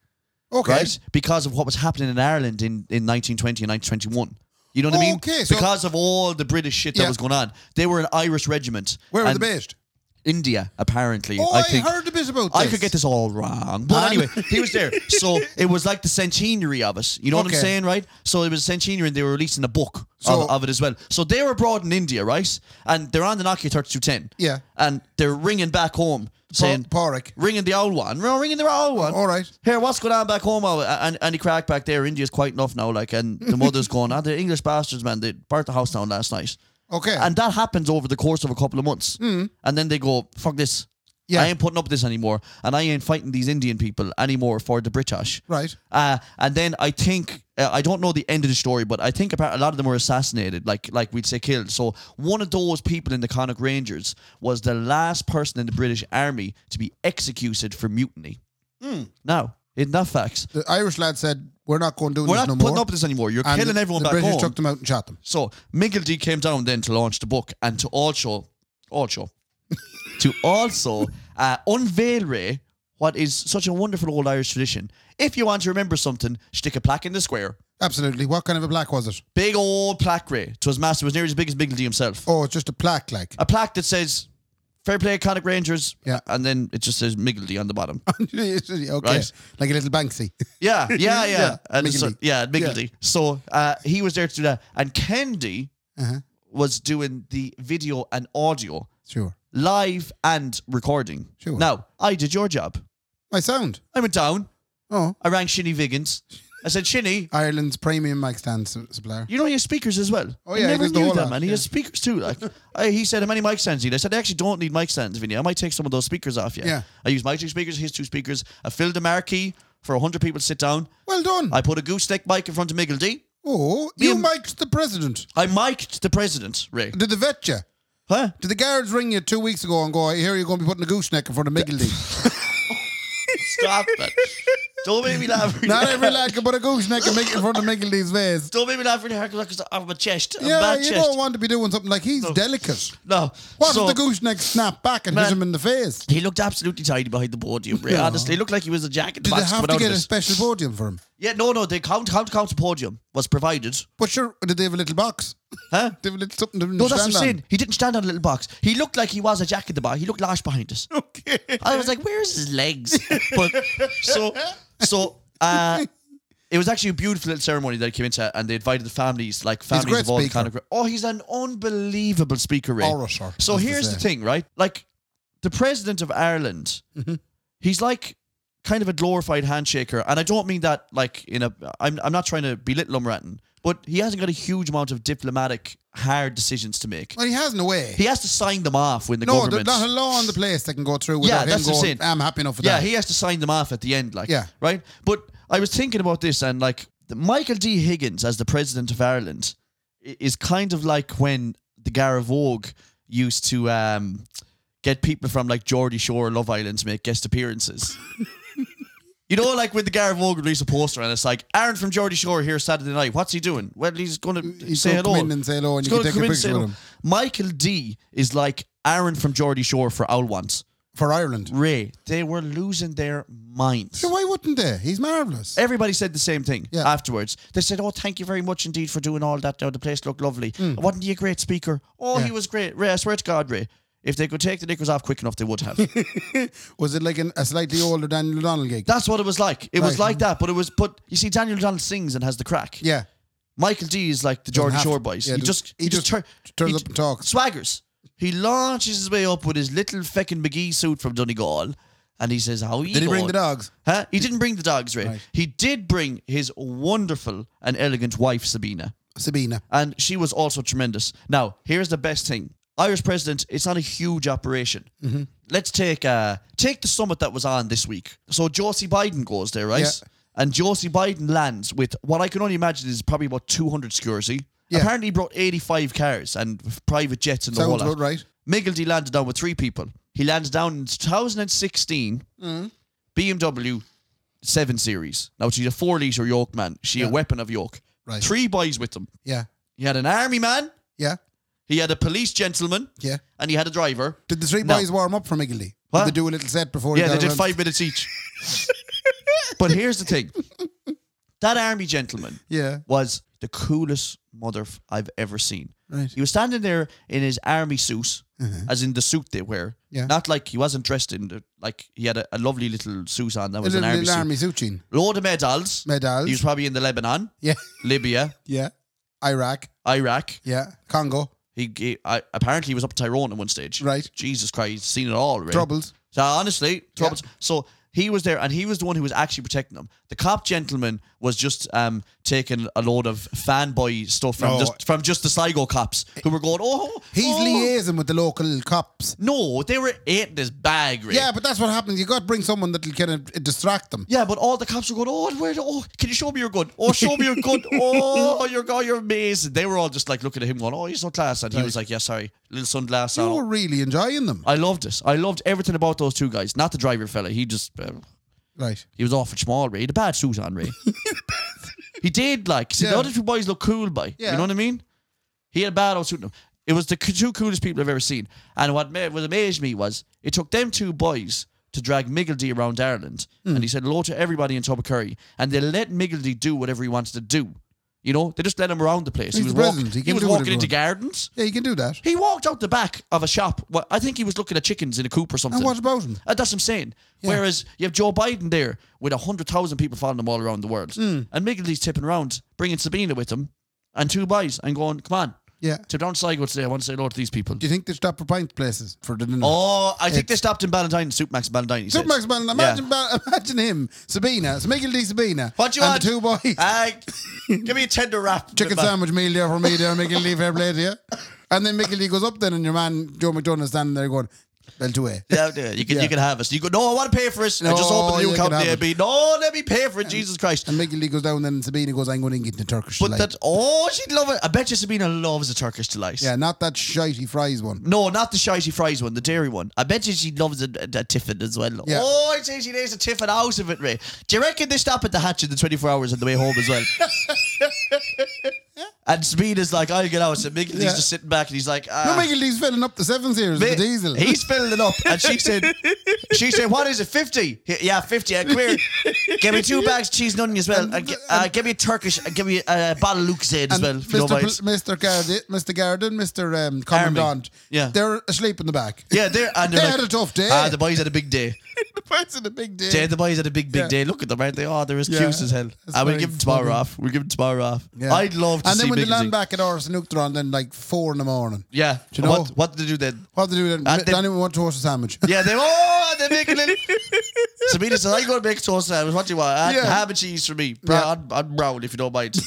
[SPEAKER 1] Okay.
[SPEAKER 2] right? Because of what was happening in Ireland in in 1920 and 1921. You know what I mean?
[SPEAKER 1] Okay, so-
[SPEAKER 2] because of all the British shit that
[SPEAKER 1] Yeah.
[SPEAKER 2] was going on, they were an Irish regiment.
[SPEAKER 1] Where were they
[SPEAKER 2] and
[SPEAKER 1] based?
[SPEAKER 2] India, apparently.
[SPEAKER 1] Oh, I,
[SPEAKER 2] I think
[SPEAKER 1] heard a bit about this.
[SPEAKER 2] I could get this all wrong. But
[SPEAKER 1] And-
[SPEAKER 2] anyway, he was there. So it was like the centenary of it. You know what
[SPEAKER 1] Okay.
[SPEAKER 2] I'm saying, right? So it was a centenary and they were releasing a book
[SPEAKER 1] So-
[SPEAKER 2] of, of it as well. So they were abroad in India, right? And they're on the Nokia 3210.
[SPEAKER 1] Yeah.
[SPEAKER 2] And they're ringing back home saying,
[SPEAKER 1] Porrick.
[SPEAKER 2] ringing the old one. No, ringing the old one.
[SPEAKER 1] All right.
[SPEAKER 2] Here, what's going on back home? Oh, And, and he cracked back there. India's quite enough now. Like, and the mother's going, ah, the English bastards, man, they burnt the house down last night.
[SPEAKER 1] Okay.
[SPEAKER 2] And that happens over the course of a couple of months. Mm. And then they go, fuck this.
[SPEAKER 1] Hmm. Yeah.
[SPEAKER 2] I ain't putting up with this anymore. And I ain't fighting these Indian people anymore for the British.
[SPEAKER 1] Right.
[SPEAKER 2] Uh, and then I think, uh, I don't know the end of the story, but I think apart- a lot of them were assassinated, like like we'd say killed. So one of those people in the Connacht Rangers was the last person in the British Army to be executed for mutiny.
[SPEAKER 1] Hmm.
[SPEAKER 2] Now, in that facts,
[SPEAKER 1] the Irish lad said, "We're not going to do
[SPEAKER 2] we're
[SPEAKER 1] this
[SPEAKER 2] not
[SPEAKER 1] no
[SPEAKER 2] putting
[SPEAKER 1] more."
[SPEAKER 2] up with this anymore. You're
[SPEAKER 1] and
[SPEAKER 2] killing
[SPEAKER 1] the-
[SPEAKER 2] everyone
[SPEAKER 1] the
[SPEAKER 2] back
[SPEAKER 1] British
[SPEAKER 2] home.
[SPEAKER 1] took them out and shot them.
[SPEAKER 2] So Miguel D came down then to launch the book and to also, also, to also uh, unveil Ray what is such a wonderful old Irish tradition. If you want to remember something, stick a plaque in the square.
[SPEAKER 1] Absolutely. What kind of a plaque was it?
[SPEAKER 2] Big old plaque, Ray. To his master was nearly as big as Miguel D himself.
[SPEAKER 1] Oh, it's just a plaque, like.
[SPEAKER 2] A plaque that says, Fair play, Connacht Rangers.
[SPEAKER 1] Yeah.
[SPEAKER 2] And then it just says Miguel D on the bottom.
[SPEAKER 1] okay.
[SPEAKER 2] Right.
[SPEAKER 1] Like a little Banksy.
[SPEAKER 2] Yeah, yeah, yeah.
[SPEAKER 1] Yeah,
[SPEAKER 2] And
[SPEAKER 1] Miggledy.
[SPEAKER 2] so, yeah, Miggledy. So uh, he was there to do that. And Kendi
[SPEAKER 1] Uh-huh.
[SPEAKER 2] was doing the video and audio
[SPEAKER 1] sure.
[SPEAKER 2] live and recording.
[SPEAKER 1] Sure.
[SPEAKER 2] Now, I did your job.
[SPEAKER 1] My sound.
[SPEAKER 2] I went down.
[SPEAKER 1] Oh,
[SPEAKER 2] I rang Shinny Viggins. I said, Shinny,
[SPEAKER 1] Ireland's premium mic stand su- supplier.
[SPEAKER 2] you know he has speakers as well.
[SPEAKER 1] Oh,
[SPEAKER 2] I
[SPEAKER 1] yeah, he
[SPEAKER 2] never
[SPEAKER 1] does the
[SPEAKER 2] knew
[SPEAKER 1] whole
[SPEAKER 2] that,
[SPEAKER 1] lot,
[SPEAKER 2] man. He
[SPEAKER 1] yeah.
[SPEAKER 2] has speakers too. Like I, he said, how many mic stands do you need? I said, I actually don't need mic stands, Vinny. I might take some of those speakers off you.
[SPEAKER 1] Yeah.
[SPEAKER 2] I used my two speakers, his two speakers. I filled a marquee for hundred people to sit down.
[SPEAKER 1] Well done.
[SPEAKER 2] I put a gooseneck mic in front of Miggle D.
[SPEAKER 1] oh, you
[SPEAKER 2] and-
[SPEAKER 1] mic'd the president.
[SPEAKER 2] I mic'd the president, Ray.
[SPEAKER 1] Did the vet you?
[SPEAKER 2] Huh?
[SPEAKER 1] Did the guards ring you two weeks ago and go, I hear you're going to be putting a gooseneck in front of Miggledy?
[SPEAKER 2] Stop it. Don't make me laugh.
[SPEAKER 1] Not every lad can put a gooseneck and make in front of Miggledy's vase.
[SPEAKER 2] Don't make me laugh really hard because I have my chest. a
[SPEAKER 1] Yeah,
[SPEAKER 2] bad
[SPEAKER 1] you
[SPEAKER 2] chest.
[SPEAKER 1] don't want to be doing something like he's delicate.
[SPEAKER 2] No.
[SPEAKER 1] What
[SPEAKER 2] so,
[SPEAKER 1] if the gooseneck snapped back and hit
[SPEAKER 2] Man.
[SPEAKER 1] him in the face?
[SPEAKER 2] He looked absolutely tidy behind the podium, Ray. Honestly, he looked like he was a jacket
[SPEAKER 1] Did they
[SPEAKER 2] box coming
[SPEAKER 1] have to
[SPEAKER 2] out of
[SPEAKER 1] get a
[SPEAKER 2] this.
[SPEAKER 1] special podium for him?
[SPEAKER 2] Yeah, no, no, the count, count, count podium was provided.
[SPEAKER 1] But sure, did they have a little box?
[SPEAKER 2] Huh?
[SPEAKER 1] Did they have a little something to
[SPEAKER 2] No, that's what I'm
[SPEAKER 1] stand on?
[SPEAKER 2] saying. He didn't stand on a little box. He looked like he was a jack in the bar. He looked large behind us. Okay. I was like, where's his legs? But so, so, uh, it was actually a beautiful little ceremony that he came into, and they invited the families, like
[SPEAKER 1] a
[SPEAKER 2] families
[SPEAKER 1] great
[SPEAKER 2] of all the
[SPEAKER 1] speaker.
[SPEAKER 2] kind of. Oh, he's an unbelievable speaker, Ray.
[SPEAKER 1] Orator,
[SPEAKER 2] So
[SPEAKER 1] as they
[SPEAKER 2] here's
[SPEAKER 1] say.
[SPEAKER 2] the thing, right? Like, the president of Ireland, he's like kind of a glorified handshaker, and I don't mean that like in a. I'm I'm not trying to belittle him, Ratton, but he hasn't got a huge amount of diplomatic hard decisions to make.
[SPEAKER 1] Well, he has in a way.
[SPEAKER 2] He has to sign them off when the
[SPEAKER 1] no, there's
[SPEAKER 2] government.
[SPEAKER 1] not a law in the place that can go through
[SPEAKER 2] Yeah,
[SPEAKER 1] without him
[SPEAKER 2] that's what I'm saying.
[SPEAKER 1] going, I'm happy enough with
[SPEAKER 2] yeah,
[SPEAKER 1] that.
[SPEAKER 2] he has to sign them off at the end, like
[SPEAKER 1] Yeah.
[SPEAKER 2] right. But I was thinking about this and like the- Michael D. Higgins as the president of Ireland i- is kind of like when the Garavogue used to um, get people from like Geordie Shore or Love Island to make guest appearances. You know, like when the Gareth Morgan released a poster and it's like, Aaron from Geordie Shore here Saturday night. What's he doing? Well, he's going to
[SPEAKER 1] He's
[SPEAKER 2] say
[SPEAKER 1] gonna
[SPEAKER 2] hello.
[SPEAKER 1] come in and say hello and
[SPEAKER 2] He's
[SPEAKER 1] you
[SPEAKER 2] gonna
[SPEAKER 1] can take
[SPEAKER 2] come
[SPEAKER 1] a
[SPEAKER 2] in and
[SPEAKER 1] picture
[SPEAKER 2] say
[SPEAKER 1] with
[SPEAKER 2] hello.
[SPEAKER 1] him.
[SPEAKER 2] Michael D is like Aaron from Geordie Shore for Owl Once.
[SPEAKER 1] for Ireland.
[SPEAKER 2] Ray, they were losing their minds.
[SPEAKER 1] So why wouldn't they? He's marvelous.
[SPEAKER 2] Everybody said the same thing
[SPEAKER 1] Yeah.
[SPEAKER 2] afterwards. They said, "Oh, thank you very much indeed for doing all that. Now the place looked lovely.
[SPEAKER 1] Mm.
[SPEAKER 2] Wasn't he a great speaker? Oh, he was great. Ray, I swear to God, Ray, if they could take the knickers off quick enough, they would have.
[SPEAKER 1] Was it like an, a slightly older Daniel O'Donnell gig?
[SPEAKER 2] That's what it was like. It was
[SPEAKER 1] Right.
[SPEAKER 2] like that, but it was. But you see, Daniel Donald sings and has the crack.
[SPEAKER 1] yeah.
[SPEAKER 2] Michael D is like the Jordan
[SPEAKER 1] have
[SPEAKER 2] Shore
[SPEAKER 1] to.
[SPEAKER 2] boys.
[SPEAKER 1] Yeah,
[SPEAKER 2] he
[SPEAKER 1] doesn't-
[SPEAKER 2] just he,
[SPEAKER 1] he
[SPEAKER 2] just,
[SPEAKER 1] just
[SPEAKER 2] tur-
[SPEAKER 1] turns
[SPEAKER 2] he
[SPEAKER 1] up
[SPEAKER 2] j-
[SPEAKER 1] and talks.
[SPEAKER 2] Swaggers. He launches his way up with his little feckin' McGee suit from Donegal, and he says, "How are you?"
[SPEAKER 1] Did he bring
[SPEAKER 2] going?"
[SPEAKER 1] the dogs?
[SPEAKER 2] Huh? He didn't bring the dogs, Ray.
[SPEAKER 1] Right.
[SPEAKER 2] He did bring his wonderful and elegant wife, Sabina,
[SPEAKER 1] Sabina.
[SPEAKER 2] and she was also tremendous. Now, here's the best thing: Irish president. It's not a huge operation.
[SPEAKER 1] Mm-hmm.
[SPEAKER 2] Let's take uh, take the summit that was on this week. So Josie Biden goes there, right?
[SPEAKER 1] Yeah.
[SPEAKER 2] And Josie Biden lands with what I can only imagine is probably about 200 security.
[SPEAKER 1] Yeah.
[SPEAKER 2] Apparently, he brought 85 cars and private jets and the whole
[SPEAKER 1] Sounds
[SPEAKER 2] lot.
[SPEAKER 1] about right.
[SPEAKER 2] Miggledy landed down with three people. He lands down in 2016
[SPEAKER 1] Mm-hmm.
[SPEAKER 2] BMW 7 Series. Now, she's a four litre yoke, man. She a weapon of yoke.
[SPEAKER 1] Right.
[SPEAKER 2] Three boys with them.
[SPEAKER 1] Yeah.
[SPEAKER 2] He had an army man,
[SPEAKER 1] Yeah.
[SPEAKER 2] he had a police gentleman,
[SPEAKER 1] Yeah.
[SPEAKER 2] and he had a driver.
[SPEAKER 1] Did the three
[SPEAKER 2] No.
[SPEAKER 1] boys warm up for Miggledy?
[SPEAKER 2] What?
[SPEAKER 1] Did they do a little set before? he
[SPEAKER 2] Yeah, they
[SPEAKER 1] got
[SPEAKER 2] did
[SPEAKER 1] around?
[SPEAKER 2] five minutes each. but here's the thing that army gentleman
[SPEAKER 1] Yeah.
[SPEAKER 2] was the coolest mother f- I've ever seen.
[SPEAKER 1] Right. Uh-huh.
[SPEAKER 2] He was standing there in his army suit, as in the suit they wear.
[SPEAKER 1] Yeah.
[SPEAKER 2] Not like he wasn't dressed in the, like he had a, a lovely little suit on that
[SPEAKER 1] A
[SPEAKER 2] was
[SPEAKER 1] little,
[SPEAKER 2] an army
[SPEAKER 1] little
[SPEAKER 2] suit.
[SPEAKER 1] army Zuchin.
[SPEAKER 2] Load of medals.
[SPEAKER 1] Medals.
[SPEAKER 2] He was probably in the Lebanon,
[SPEAKER 1] Yeah.
[SPEAKER 2] Libya,
[SPEAKER 1] Yeah. Iraq.
[SPEAKER 2] Iraq.
[SPEAKER 1] Yeah. Congo.
[SPEAKER 2] He, he I, apparently he was up to Tyrone at one stage.
[SPEAKER 1] Right.
[SPEAKER 2] Jesus Christ, he's seen it all. Right?
[SPEAKER 1] Troubles.
[SPEAKER 2] So honestly, troubles. So he was there, and he was the one who was actually protecting them. The cop gentleman was just um, taking a load of fanboy stuff from
[SPEAKER 1] No.
[SPEAKER 2] just from just the Sligo cops who were going, "Oh,
[SPEAKER 1] He's
[SPEAKER 2] oh.
[SPEAKER 1] liaising with the local cops.
[SPEAKER 2] No, they were eating this bag, right?
[SPEAKER 1] Yeah, but that's what happens. You got to bring someone that'll kind of distract them.
[SPEAKER 2] Yeah, but all the cops were going, oh, where, oh, can you show me your gun? Oh, show me your gun. Oh, your gun, you're amazing. They were all just like looking at him going, oh, he's so class. And he was like, yeah, sorry, little sunglass
[SPEAKER 1] You were
[SPEAKER 2] on.
[SPEAKER 1] really enjoying them.
[SPEAKER 2] I loved it. I loved everything about those two guys. Not the driver fella. He just, uh,
[SPEAKER 1] Right.
[SPEAKER 2] he was awful small, Ray. He had a bad suit on, Ray. he did, like, see, the
[SPEAKER 1] Yeah.
[SPEAKER 2] other two boys look cool, by.
[SPEAKER 1] Yeah.
[SPEAKER 2] You know what I mean? He had a bad old suit. on him. It was the c- two coolest people I've ever seen. And what, ma- what amazed me was it took them two boys to drag Miggledy around Ireland.
[SPEAKER 1] Hmm.
[SPEAKER 2] And he said hello to everybody in Tobacurry. And they let Miggledy do whatever he wanted to do. You know, they just let him around the place.
[SPEAKER 1] He's
[SPEAKER 2] he was,
[SPEAKER 1] the
[SPEAKER 2] walk-
[SPEAKER 1] president. He
[SPEAKER 2] he
[SPEAKER 1] can
[SPEAKER 2] was
[SPEAKER 1] do what
[SPEAKER 2] walking
[SPEAKER 1] he
[SPEAKER 2] into
[SPEAKER 1] wants.
[SPEAKER 2] gardens.
[SPEAKER 1] Yeah, you can do that.
[SPEAKER 2] He walked out the back of a shop. Well, I think he was looking at chickens in a coop or something.
[SPEAKER 1] And what about him?
[SPEAKER 2] Uh, that's what I'm saying. Whereas you have Joe Biden there with 100,000 people following him all around the world.
[SPEAKER 1] Hmm.
[SPEAKER 2] And Miggley's tipping around, bringing Sabina with him and two boys and going, come on,
[SPEAKER 1] Yeah.
[SPEAKER 2] tip down to Sligo today. I want to say hello to these people.
[SPEAKER 1] Do you think they stop for pint places for the dinner?
[SPEAKER 2] Oh, I think they
[SPEAKER 1] It's-
[SPEAKER 2] stopped in Ballantyne, Supermax Ballantyne. he said.
[SPEAKER 1] Supermax man, imagine, ba- imagine him, Sabina, so Michael D. Sabina,
[SPEAKER 2] What you
[SPEAKER 1] and
[SPEAKER 2] want?
[SPEAKER 1] the two boys,
[SPEAKER 2] Aye. give me a tender wrap.
[SPEAKER 1] chicken
[SPEAKER 2] Ma-
[SPEAKER 1] sandwich meal there for me there, Michael D. Fair play to you. And then Michael D. goes up then, and your man Joe McDonough's standing there going, "Well, two way."
[SPEAKER 2] Yeah, yeah, you can
[SPEAKER 1] Yeah.
[SPEAKER 2] you can have us. You go. No, I want to pay for it. I just
[SPEAKER 1] No,
[SPEAKER 2] opened a new
[SPEAKER 1] you can
[SPEAKER 2] account. in
[SPEAKER 1] have
[SPEAKER 2] the AIB. No, let me pay for it. Jesus Christ!
[SPEAKER 1] And Michael D. goes down, then and Sabina goes, "I'm going in getting the Turkish
[SPEAKER 2] But
[SPEAKER 1] delight."
[SPEAKER 2] that oh, she'd love it. I bet you Sabina loves the Turkish delight.
[SPEAKER 1] yeah, not that shitey fries one.
[SPEAKER 2] No, not the shitey fries one, the dairy one. I bet you she loves a, a, a tiffin as well.
[SPEAKER 1] Yeah.
[SPEAKER 2] Oh, I'd say she lays a tiffin out of it, Ray. Do you reckon they stop at the hatch in the 24 hours on the way home as well? and Speed is like, I'll get out. So Mickey's
[SPEAKER 1] Yeah.
[SPEAKER 2] just sitting back and he's like,
[SPEAKER 1] No,
[SPEAKER 2] ah.
[SPEAKER 1] Michael D's filling up the seven series
[SPEAKER 2] Mi-
[SPEAKER 1] with diesel.
[SPEAKER 2] He's filling it up, and she said, "She said, what is it? Fifty? Yeah, fifty. Uh, queer. Give me two bags of cheese and onion as well. Uh, gi- uh, give me a Turkish. Uh, give me a bottle of Lucozade as
[SPEAKER 1] And
[SPEAKER 2] well. If you
[SPEAKER 1] Mr.
[SPEAKER 2] don't mind.
[SPEAKER 1] Pl- Mr. Garden, Mr. Garden, Mr. Um, Commandant,
[SPEAKER 2] Yeah.
[SPEAKER 1] they're asleep in the back.
[SPEAKER 2] Yeah, they're, and they're
[SPEAKER 1] They
[SPEAKER 2] like,
[SPEAKER 1] had a tough day.
[SPEAKER 2] Ah, the boys had a big day.
[SPEAKER 1] the parts of the big day.
[SPEAKER 2] Yeah, the boys had a big, big
[SPEAKER 1] Yeah.
[SPEAKER 2] day. Look at them, aren't they? Oh, they're as
[SPEAKER 1] Yeah.
[SPEAKER 2] cute as hell.
[SPEAKER 1] That's
[SPEAKER 2] I will
[SPEAKER 1] very
[SPEAKER 2] give them tomorrow
[SPEAKER 1] funny.
[SPEAKER 2] off. We'll give them tomorrow off.
[SPEAKER 1] Yeah.
[SPEAKER 2] I'd love to
[SPEAKER 1] and
[SPEAKER 2] see
[SPEAKER 1] then when
[SPEAKER 2] Mickelsy.
[SPEAKER 1] they land back at Oris Nuchtaran, then like four in the morning.
[SPEAKER 2] Yeah.
[SPEAKER 1] Do you know-
[SPEAKER 2] What, what did they do then?
[SPEAKER 1] What do they do then?
[SPEAKER 2] And
[SPEAKER 1] Don't
[SPEAKER 2] then-
[SPEAKER 1] even want to toast a sandwich.
[SPEAKER 2] Yeah, they oh they make a little. Sabina says, "I going to make toast sandwich. What do you want? Uh,
[SPEAKER 1] Yeah.
[SPEAKER 2] Ham and cheese for me. Bra-
[SPEAKER 1] Yeah.
[SPEAKER 2] I'm, I'm brown if you don't mind.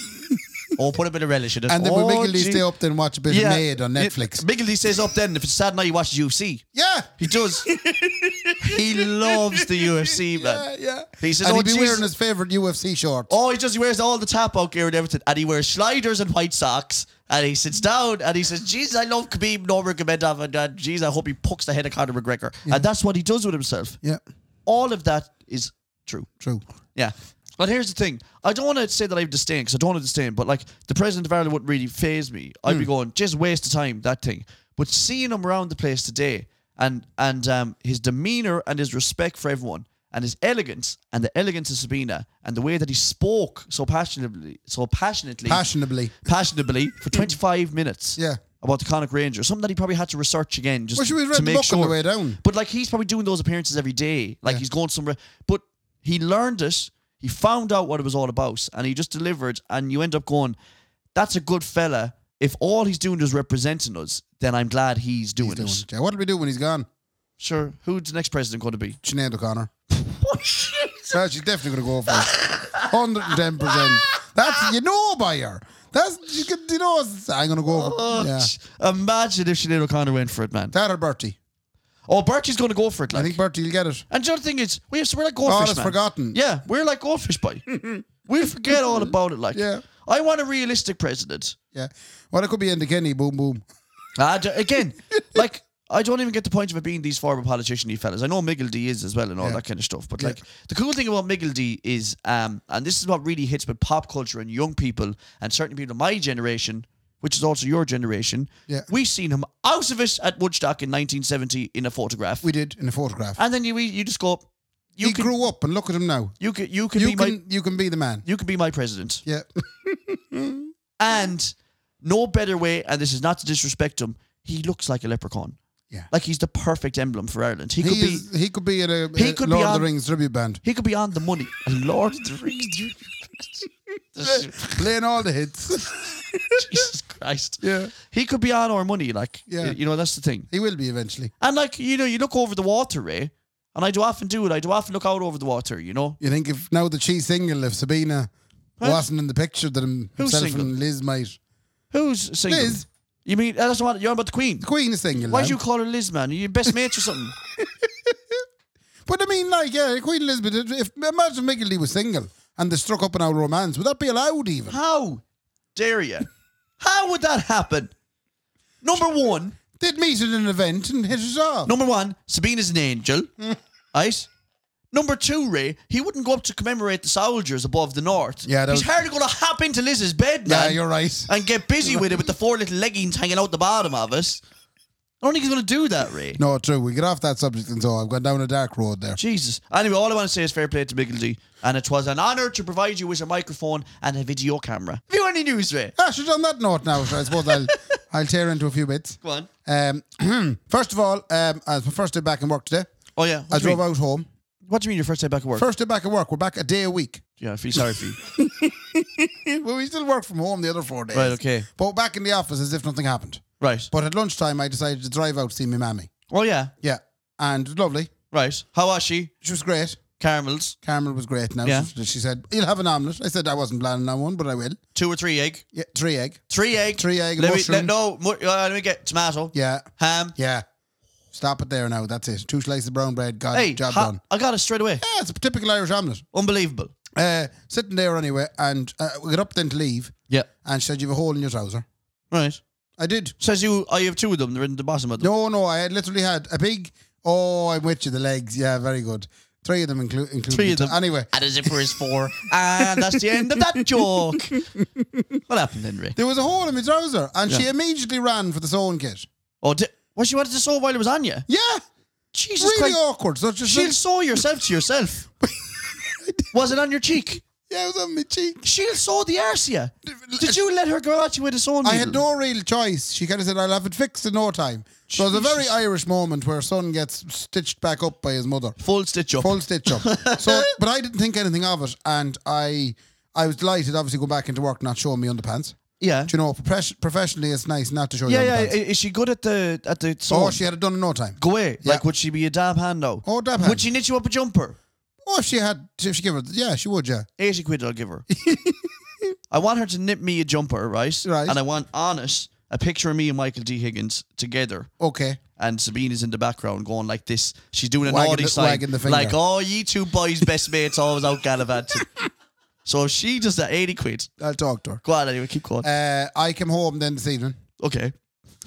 [SPEAKER 2] oh, put a bit of relish in it.
[SPEAKER 1] and then
[SPEAKER 2] oh,
[SPEAKER 1] when Mickey Lee
[SPEAKER 2] gee.
[SPEAKER 1] stay up then watch a bit
[SPEAKER 2] Yeah.
[SPEAKER 1] of Made on Netflix.
[SPEAKER 2] Mickey Lee stays up then. If it's Saturday night, he watches UFC.
[SPEAKER 1] Yeah.
[SPEAKER 2] He does. he loves the UFC,
[SPEAKER 1] Yeah,
[SPEAKER 2] man.
[SPEAKER 1] yeah.
[SPEAKER 2] He says,
[SPEAKER 1] and
[SPEAKER 2] "Oh,
[SPEAKER 1] he'd be
[SPEAKER 2] Jesus."
[SPEAKER 1] wearing his favourite UFC shorts.
[SPEAKER 2] Oh, he does. He wears all the tap out gear and everything, and he wears sliders and white socks. And he sits down and he says, "Jeez, I love Khabib Nurmagomedov, and uh, jeez, I hope he pucks the head of Conor McGregor." And that's what he does with himself.
[SPEAKER 1] Yeah.
[SPEAKER 2] All of that is True.
[SPEAKER 1] True.
[SPEAKER 2] Yeah. But here's the thing. I don't want to say that I have disdain because I don't have disdain, but like the president of Ireland wouldn't really phase me. I'd be going, just waste of time, that thing. But seeing him around the place today and and um, his demeanor and his respect for everyone and his elegance and the elegance of Sabina and the way that he spoke so passionately so passionately
[SPEAKER 1] Passionably.
[SPEAKER 2] passionately for 25 minutes
[SPEAKER 1] Yeah.
[SPEAKER 2] about the Connacht Ranger, something that he probably had to research again just
[SPEAKER 1] Well, she was read
[SPEAKER 2] to
[SPEAKER 1] the
[SPEAKER 2] make
[SPEAKER 1] book
[SPEAKER 2] sure.
[SPEAKER 1] on the way down.
[SPEAKER 2] But like he's probably doing those appearances every day. Like he's going somewhere. But he learned it. He found out what it was all about, and he just delivered. And you end up going, "That's a good fella." If all he's doing is representing us, then I'm glad he's doing,
[SPEAKER 1] He's doing
[SPEAKER 2] it.
[SPEAKER 1] it. Yeah, What'll we do when he's gone?
[SPEAKER 2] Sure. Who's the next president going to be?
[SPEAKER 1] Sinead O'Connor.
[SPEAKER 2] Oh,
[SPEAKER 1] well, she's definitely going to go for it. 110%. That's, you know by her. That's, you, can, you know, it's- I'm going to go
[SPEAKER 2] Oh,
[SPEAKER 1] for it. Yeah.
[SPEAKER 2] Imagine if Sinead O'Connor went for it, man.
[SPEAKER 1] That or Bertie.
[SPEAKER 2] Oh, Bertie's going to go for it,
[SPEAKER 1] I
[SPEAKER 2] like.
[SPEAKER 1] think Bertie will get it.
[SPEAKER 2] And the other thing is, we have, we're like goldfish,
[SPEAKER 1] it's
[SPEAKER 2] man.
[SPEAKER 1] Oh, forgotten.
[SPEAKER 2] Yeah, we're like goldfish, boy. we forget all about it, like.
[SPEAKER 1] Yeah.
[SPEAKER 2] I want a realistic president.
[SPEAKER 1] Yeah. Well, it could be in the Kenny. Boom, boom.
[SPEAKER 2] I d- again, like I don't even get the point of it being these former politician fellas. I know Miggledy is as well and all that kind of stuff. But like the cool thing about Miggledy is, um, and this is what really hits with pop culture and young people and certain people of my generation, which is also your generation.
[SPEAKER 1] Yeah.
[SPEAKER 2] we seen him out of it at Woodstock in 1970 in a photograph,
[SPEAKER 1] We did in a photograph.
[SPEAKER 2] and then you you just go, you
[SPEAKER 1] he
[SPEAKER 2] can
[SPEAKER 1] grew up and look at him now.
[SPEAKER 2] you can you can
[SPEAKER 1] You
[SPEAKER 2] be
[SPEAKER 1] can,
[SPEAKER 2] my
[SPEAKER 1] you can be the man.
[SPEAKER 2] you can be my president.
[SPEAKER 1] Yeah.
[SPEAKER 2] And no better way, and this is not to disrespect him, he looks like a leprechaun.
[SPEAKER 1] Yeah.
[SPEAKER 2] Like he's the perfect emblem for Ireland. He,
[SPEAKER 1] He,
[SPEAKER 2] could be
[SPEAKER 1] is, he could be in a,
[SPEAKER 2] He
[SPEAKER 1] a
[SPEAKER 2] could be
[SPEAKER 1] Lord of
[SPEAKER 2] on-
[SPEAKER 1] the Rings tribute band.
[SPEAKER 2] he could be on the money. A Lord of the Rings. dude.
[SPEAKER 1] Playing all the hits.
[SPEAKER 2] Jesus Christ.
[SPEAKER 1] Yeah.
[SPEAKER 2] He could be on our money, like
[SPEAKER 1] Yeah.
[SPEAKER 2] you know, that's the thing.
[SPEAKER 1] he will be eventually.
[SPEAKER 2] And like, you know, you look over the water, Ray, and I do often do it. I do often look out over the water, you know.
[SPEAKER 1] You think if now that she's single, if Sabina wasn't in the picture, that him-
[SPEAKER 2] Who's
[SPEAKER 1] himself
[SPEAKER 2] single?
[SPEAKER 1] and Liz might.
[SPEAKER 2] Who's single?
[SPEAKER 1] Liz.
[SPEAKER 2] You mean that's not you're on about the Queen.
[SPEAKER 1] The Queen is single.
[SPEAKER 2] Why
[SPEAKER 1] now.
[SPEAKER 2] do you call her Liz, man? Are you best mates or something?
[SPEAKER 1] But I mean, like, yeah, Queen Elizabeth. If imagine Miggledy was single and they struck up an old romance, would that be allowed? Even
[SPEAKER 2] How dare you? How would that happen? Number one,
[SPEAKER 1] they'd meet at an event and hit it off.
[SPEAKER 2] number one, Sabina's an angel, right? Number two, Ray, he wouldn't go up to commemorate the soldiers above the north.
[SPEAKER 1] Yeah, that
[SPEAKER 2] he's
[SPEAKER 1] was-
[SPEAKER 2] hardly going to hop into Liz's bed,
[SPEAKER 1] yeah,
[SPEAKER 2] man,
[SPEAKER 1] you're right.
[SPEAKER 2] and get busy with it with the four little leggings hanging out the bottom of us. I don't think he's going to do that, Ray.
[SPEAKER 1] No, true. We get off that subject and so I've gone down a dark road there.
[SPEAKER 2] Jesus. Anyway, all I want to say is fair play to Miggledy, and it was an honour to provide you with a microphone and a video camera. Have you any news, Ray?
[SPEAKER 1] Actually, on that note, now so I suppose I'll I'll tear into a few bits.
[SPEAKER 2] Go on.
[SPEAKER 1] Um, first of all, um, as my first day back in work today,
[SPEAKER 2] Oh yeah. What
[SPEAKER 1] I
[SPEAKER 2] do you
[SPEAKER 1] drove
[SPEAKER 2] mean?
[SPEAKER 1] out home.
[SPEAKER 2] What do you mean your first day back at work?
[SPEAKER 1] First day back at work. We're back a day a week.
[SPEAKER 2] Yeah, I feel sorry for you.
[SPEAKER 1] well, we still work from home the other four days.
[SPEAKER 2] Right, okay.
[SPEAKER 1] But back in the office as if nothing happened.
[SPEAKER 2] Right.
[SPEAKER 1] But at lunchtime, I decided to drive out to see my mammy.
[SPEAKER 2] Oh yeah.
[SPEAKER 1] Yeah. And it was lovely.
[SPEAKER 2] Right. How was she?
[SPEAKER 1] She was great.
[SPEAKER 2] Caramels,
[SPEAKER 1] Carmel was great now.
[SPEAKER 2] Yeah.
[SPEAKER 1] She, she said, You'll have an omelette. I said, I wasn't planning on one, but I will.
[SPEAKER 2] two or three egg,
[SPEAKER 1] Yeah, three egg.
[SPEAKER 2] three egg,
[SPEAKER 1] Three egg,
[SPEAKER 2] Let me,
[SPEAKER 1] mushroom.
[SPEAKER 2] let, no, mu- uh, let me get tomato.
[SPEAKER 1] Yeah.
[SPEAKER 2] Ham.
[SPEAKER 1] Yeah. Stop it there now. That's it. Two slices of brown bread. Got
[SPEAKER 2] Hey,
[SPEAKER 1] it. job
[SPEAKER 2] ha-
[SPEAKER 1] done.
[SPEAKER 2] I got it straight away.
[SPEAKER 1] Yeah, it's a typical Irish omelette.
[SPEAKER 2] Unbelievable.
[SPEAKER 1] Uh, sitting there anyway, and uh, we got up then to leave,
[SPEAKER 2] Yeah.
[SPEAKER 1] and she said, You have a hole in your trouser.
[SPEAKER 2] Right.
[SPEAKER 1] I did.
[SPEAKER 2] Says you, I have two of them. They're in the bottom of them.
[SPEAKER 1] No, no, I had literally had a big. Oh, I'm with you. The legs, yeah, very good. Three of them include including
[SPEAKER 2] Three of
[SPEAKER 1] the-
[SPEAKER 2] them.
[SPEAKER 1] Anyway,
[SPEAKER 2] And a zipper is four. and that's the end of that joke. what happened then, Ray?
[SPEAKER 1] there was a hole in my trouser, and she immediately ran for the sewing kit.
[SPEAKER 2] Oh, di- well, she wanted to sew while it was on you.
[SPEAKER 1] Yeah,
[SPEAKER 2] Jesus
[SPEAKER 1] really Oh,
[SPEAKER 2] Christ.
[SPEAKER 1] awkward. So just
[SPEAKER 2] She'll sew yourself to yourself. was it on your cheek?
[SPEAKER 1] yeah, it was on my cheek.
[SPEAKER 2] She'll sew the arse you. Did you let her go at you with a sewing
[SPEAKER 1] I
[SPEAKER 2] needle?
[SPEAKER 1] had no real choice. She kind of said, "I'll have it fixed in no time." So it was a very Irish moment where son gets stitched back up by his mother.
[SPEAKER 2] Full stitch up.
[SPEAKER 1] full stitch up. so, but I didn't think anything of it, and I, I was delighted. Obviously, going back into work, not showing me underpants.
[SPEAKER 2] yeah.
[SPEAKER 1] Do you know, profes- professionally, it's nice not to show
[SPEAKER 2] Yeah,
[SPEAKER 1] you
[SPEAKER 2] yeah.
[SPEAKER 1] underpants.
[SPEAKER 2] i- Is she good at the at the song?
[SPEAKER 1] Oh, she had it done in no time.
[SPEAKER 2] go away.
[SPEAKER 1] Yeah.
[SPEAKER 2] Like, would she be a dab hand now?
[SPEAKER 1] Oh, dab
[SPEAKER 2] Would
[SPEAKER 1] hand.
[SPEAKER 2] she knit you up a jumper?
[SPEAKER 1] Oh, if she had, if she gave her, yeah, she would, yeah.
[SPEAKER 2] Eighty quid, I'll give her. I want her to knit me a jumper, right?
[SPEAKER 1] Right.
[SPEAKER 2] And I want honest a picture of me and Michael D Higgins together.
[SPEAKER 1] Okay.
[SPEAKER 2] And Sabine is in the background going like this. She's doing a
[SPEAKER 1] Wagging
[SPEAKER 2] naughty
[SPEAKER 1] the-
[SPEAKER 2] sign.
[SPEAKER 1] wagging the finger.
[SPEAKER 2] like, oh, you two boys, best mates, always out gallivanting. so if she does that 80 quid,
[SPEAKER 1] I'll talk to her.
[SPEAKER 2] go on anyway, keep going.
[SPEAKER 1] Uh, I came home then this evening.
[SPEAKER 2] okay.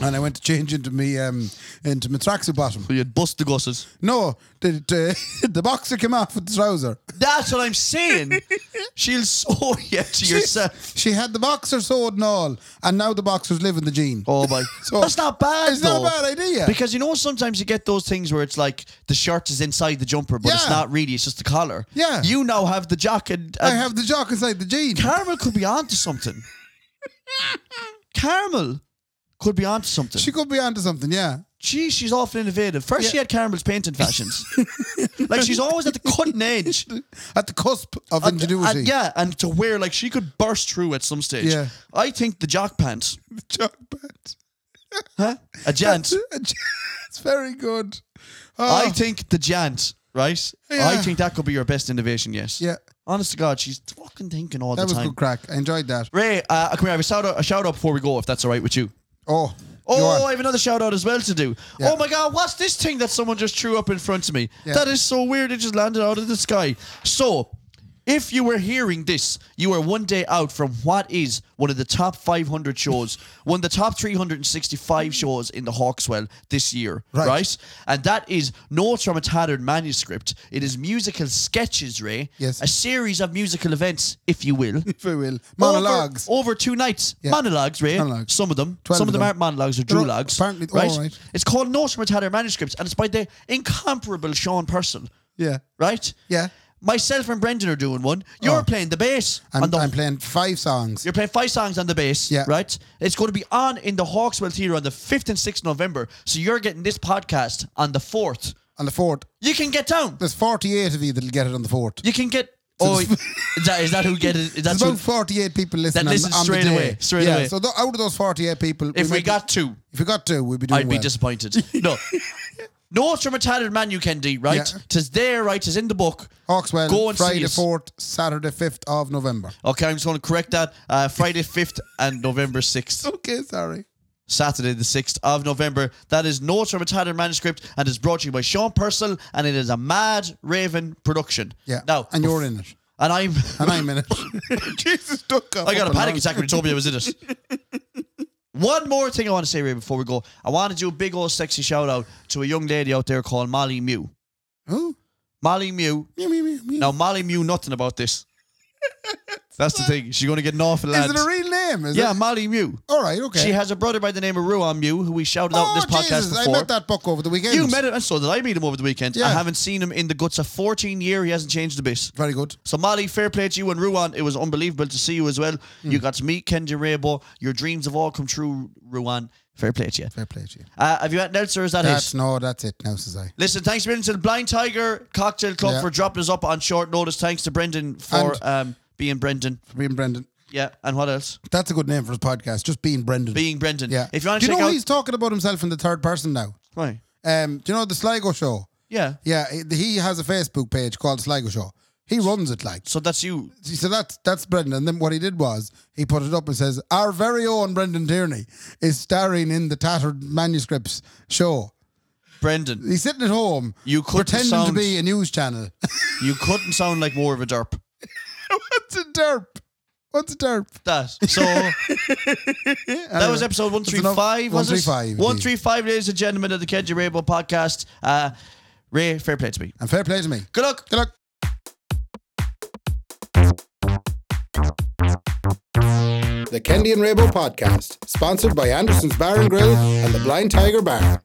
[SPEAKER 1] and I went to change into me um, into my tracksuit bottom.
[SPEAKER 2] You'd bust the gusses.
[SPEAKER 1] No, the the, the boxer came off with the trouser.
[SPEAKER 2] That's what I'm saying. She'll sew you to yourself.
[SPEAKER 1] She had the boxer sewed and all, and now the boxer's living the gene.
[SPEAKER 2] Oh my!
[SPEAKER 1] So-
[SPEAKER 2] That's not bad.
[SPEAKER 1] It's not a
[SPEAKER 2] though.
[SPEAKER 1] bad idea.
[SPEAKER 2] because you know sometimes you get those things where it's like the shirt is inside the jumper, but it's
[SPEAKER 1] Yeah.
[SPEAKER 2] not really. It's just the collar.
[SPEAKER 1] Yeah.
[SPEAKER 2] You now have the jacket. And,
[SPEAKER 1] I have the jock inside the gene.
[SPEAKER 2] Carmel could be onto something. Carmel could be onto something.
[SPEAKER 1] She could be onto something, yeah.
[SPEAKER 2] Gee, she's awful innovative. First, she had Carmel's painting fashions. like she's always at the cutting edge.
[SPEAKER 1] At the cusp of
[SPEAKER 2] And-
[SPEAKER 1] ingenuity.
[SPEAKER 2] and- yeah, and to where like she could burst through at some stage.
[SPEAKER 1] Yeah.
[SPEAKER 2] I think the jock pants,
[SPEAKER 1] The jock pants.
[SPEAKER 2] huh? A jant.
[SPEAKER 1] it's very good. Oh,
[SPEAKER 2] I think the jant, right? I
[SPEAKER 1] Yeah.
[SPEAKER 2] think that could be your best innovation. Yes.
[SPEAKER 1] Yeah.
[SPEAKER 2] Honest to God, she's fucking thinking all
[SPEAKER 1] that
[SPEAKER 2] the
[SPEAKER 1] was
[SPEAKER 2] time.
[SPEAKER 1] good crack. I enjoyed that.
[SPEAKER 2] Ray, uh, come here. I have a shout out, a shout out before we go, if that's all right with you.
[SPEAKER 1] Oh. go
[SPEAKER 2] Oh,
[SPEAKER 1] on.
[SPEAKER 2] I have another shout out as well to do.
[SPEAKER 1] Yeah.
[SPEAKER 2] Oh my God, what's this thing that someone just threw up in front of me?
[SPEAKER 1] Yeah.
[SPEAKER 2] That is so weird. It just landed out of the sky. So, if you were hearing this, you are one day out from what is one of the top 500 shows, one of the top 365 shows in the Hawkswell this year, right?
[SPEAKER 1] Right.
[SPEAKER 2] And that is No From a Tattered Manuscript. It is musical sketches, Ray.
[SPEAKER 1] Yes.
[SPEAKER 2] A series of musical events, if you will. Oh,
[SPEAKER 1] if we will. Monologues.
[SPEAKER 2] Over, over two nights.
[SPEAKER 1] Yeah.
[SPEAKER 2] Monologues, Ray.
[SPEAKER 1] Monologues.
[SPEAKER 2] Some of them.
[SPEAKER 1] Twelve
[SPEAKER 2] Some of
[SPEAKER 1] of
[SPEAKER 2] them,
[SPEAKER 1] them.
[SPEAKER 2] aren't monologues or
[SPEAKER 1] They're all-
[SPEAKER 2] drewlogs.
[SPEAKER 1] apparently-
[SPEAKER 2] right?
[SPEAKER 1] all right.
[SPEAKER 2] It's called Notes from Tattered Manuscripts, and it's by the incomparable Sean Person.
[SPEAKER 1] Yeah.
[SPEAKER 2] Right?
[SPEAKER 1] Yeah. Oh.
[SPEAKER 2] Myself and Brendan are doing one. You're playing the bass.
[SPEAKER 1] I'm,
[SPEAKER 2] on the,
[SPEAKER 1] I'm playing five songs.
[SPEAKER 2] You're playing five songs on the bass.
[SPEAKER 1] Yeah.
[SPEAKER 2] Right? It's going to be on in the Hawkswell Theatre on the 5th and 6th November. So you're getting this podcast on the 4th.
[SPEAKER 1] On the fourth.
[SPEAKER 2] You can get down.
[SPEAKER 1] There's 48 of you that'll get it on the fourth.
[SPEAKER 2] You can get. Oh, is that, is that who get it? Is that
[SPEAKER 1] There's
[SPEAKER 2] who,
[SPEAKER 1] about 48 people listening.
[SPEAKER 2] That listen
[SPEAKER 1] on, on
[SPEAKER 2] straight
[SPEAKER 1] the day.
[SPEAKER 2] away, straight
[SPEAKER 1] yeah,
[SPEAKER 2] away.
[SPEAKER 1] So th- out of those 48 people,
[SPEAKER 2] if we
[SPEAKER 1] might-
[SPEAKER 2] got two,
[SPEAKER 1] if we got two, we'd be doing.
[SPEAKER 2] I'd be
[SPEAKER 1] well.
[SPEAKER 2] disappointed. No. No from a tattered man you can do, right?
[SPEAKER 1] Yeah. Oh.
[SPEAKER 2] Tis there, right? Tis in the book.
[SPEAKER 1] Hawkswell,
[SPEAKER 2] Go and
[SPEAKER 1] Friday
[SPEAKER 2] see us.
[SPEAKER 1] 4th, Saturday 5th of November.
[SPEAKER 2] Okay, I'm just going to correct that. Uh, Friday 5th and November 6th.
[SPEAKER 1] Okay, sorry.
[SPEAKER 2] Saturday the 6th of November. That is Notes from a Tattered Manuscript and is brought to you by Sean Purcell and it is a Mad Raven production.
[SPEAKER 1] Yeah.
[SPEAKER 2] Now,
[SPEAKER 1] and you're in it.
[SPEAKER 2] And I'm...
[SPEAKER 1] And I'm in it. Jesus, duck
[SPEAKER 2] I got a panic attack when he told me I was in it. One more thing I want to say, Ray, before we go. I want to do a big old sexy shout out to a young lady out there called Molly Mew.
[SPEAKER 1] Who?
[SPEAKER 2] Molly Mew
[SPEAKER 1] Meow, meow, meow, meow.
[SPEAKER 2] Now Molly knew nothing about this. That's the thing. She's going to get an awful
[SPEAKER 1] Is
[SPEAKER 2] lot.
[SPEAKER 1] it a real name? Is
[SPEAKER 2] uh, yeah,
[SPEAKER 1] It?
[SPEAKER 2] Molly Mew.
[SPEAKER 1] All right, okay.
[SPEAKER 2] She has a brother by the name of Ruan Mew, who we shouted out
[SPEAKER 1] oh,
[SPEAKER 2] in this podcast
[SPEAKER 1] Jesus,
[SPEAKER 2] before.
[SPEAKER 1] I met that buck over the weekend.
[SPEAKER 2] You met him, and so did I meet him over the weekend. I
[SPEAKER 1] Yeah.
[SPEAKER 2] haven't seen him in the guts of 14 year. He hasn't changed a bit.
[SPEAKER 1] Very good.
[SPEAKER 2] So Molly, fair play to you and Ruan. It was unbelievable to see you as well.
[SPEAKER 1] Hmm.
[SPEAKER 2] You got to meet Kenji Rabo. Your dreams have all come true, Ruan. Fair play to you.
[SPEAKER 1] Fair play to you.
[SPEAKER 2] Uh, have you had Nelson, or is that it?
[SPEAKER 1] That's no, that's it now, says I.
[SPEAKER 2] Listen, thanks very much to the Blind Tiger Cocktail Club
[SPEAKER 1] Yeah.
[SPEAKER 2] for dropping us up on short notice. Thanks to Brendan for
[SPEAKER 1] And-
[SPEAKER 2] um, being Brendan.
[SPEAKER 1] For being Brendan.
[SPEAKER 2] Yeah, and what else?
[SPEAKER 1] That's a good name for his podcast. Just being Brendan.
[SPEAKER 2] Being Brendan.
[SPEAKER 1] yeah.
[SPEAKER 2] If you want
[SPEAKER 1] Do
[SPEAKER 2] to
[SPEAKER 1] you
[SPEAKER 2] check
[SPEAKER 1] know
[SPEAKER 2] out,
[SPEAKER 1] he's talking about himself in the third person now?
[SPEAKER 2] Why?
[SPEAKER 1] Um, do you know the Sligo Show?
[SPEAKER 2] Yeah.
[SPEAKER 1] Yeah, he- he has a Facebook page called Sligo Show. He runs it like.
[SPEAKER 2] So that's you.
[SPEAKER 1] So that's that's Brendan. And then what he did was he put it up and says, "Our very own Brendan Tierney is starring in the Tattered Manuscripts show.
[SPEAKER 2] Brendan,
[SPEAKER 1] He's sitting at home,
[SPEAKER 2] You couldn't
[SPEAKER 1] pretending to
[SPEAKER 2] sound-
[SPEAKER 1] be a news channel.
[SPEAKER 2] you couldn't sound like more of a derp.
[SPEAKER 1] What's a derp? What's a derp?
[SPEAKER 2] That. So that was episode 135, was it?
[SPEAKER 1] 135,
[SPEAKER 2] 135, ladies and gentlemen of the Kenji Rainbow podcast. Uh, Ray, fair play to me.
[SPEAKER 1] And fair play to me.
[SPEAKER 2] Good luck.
[SPEAKER 1] Good luck.
[SPEAKER 7] The Kendi and Rabo podcast, sponsored by Anderson's Bar and Grill and the Blind Tiger Bar.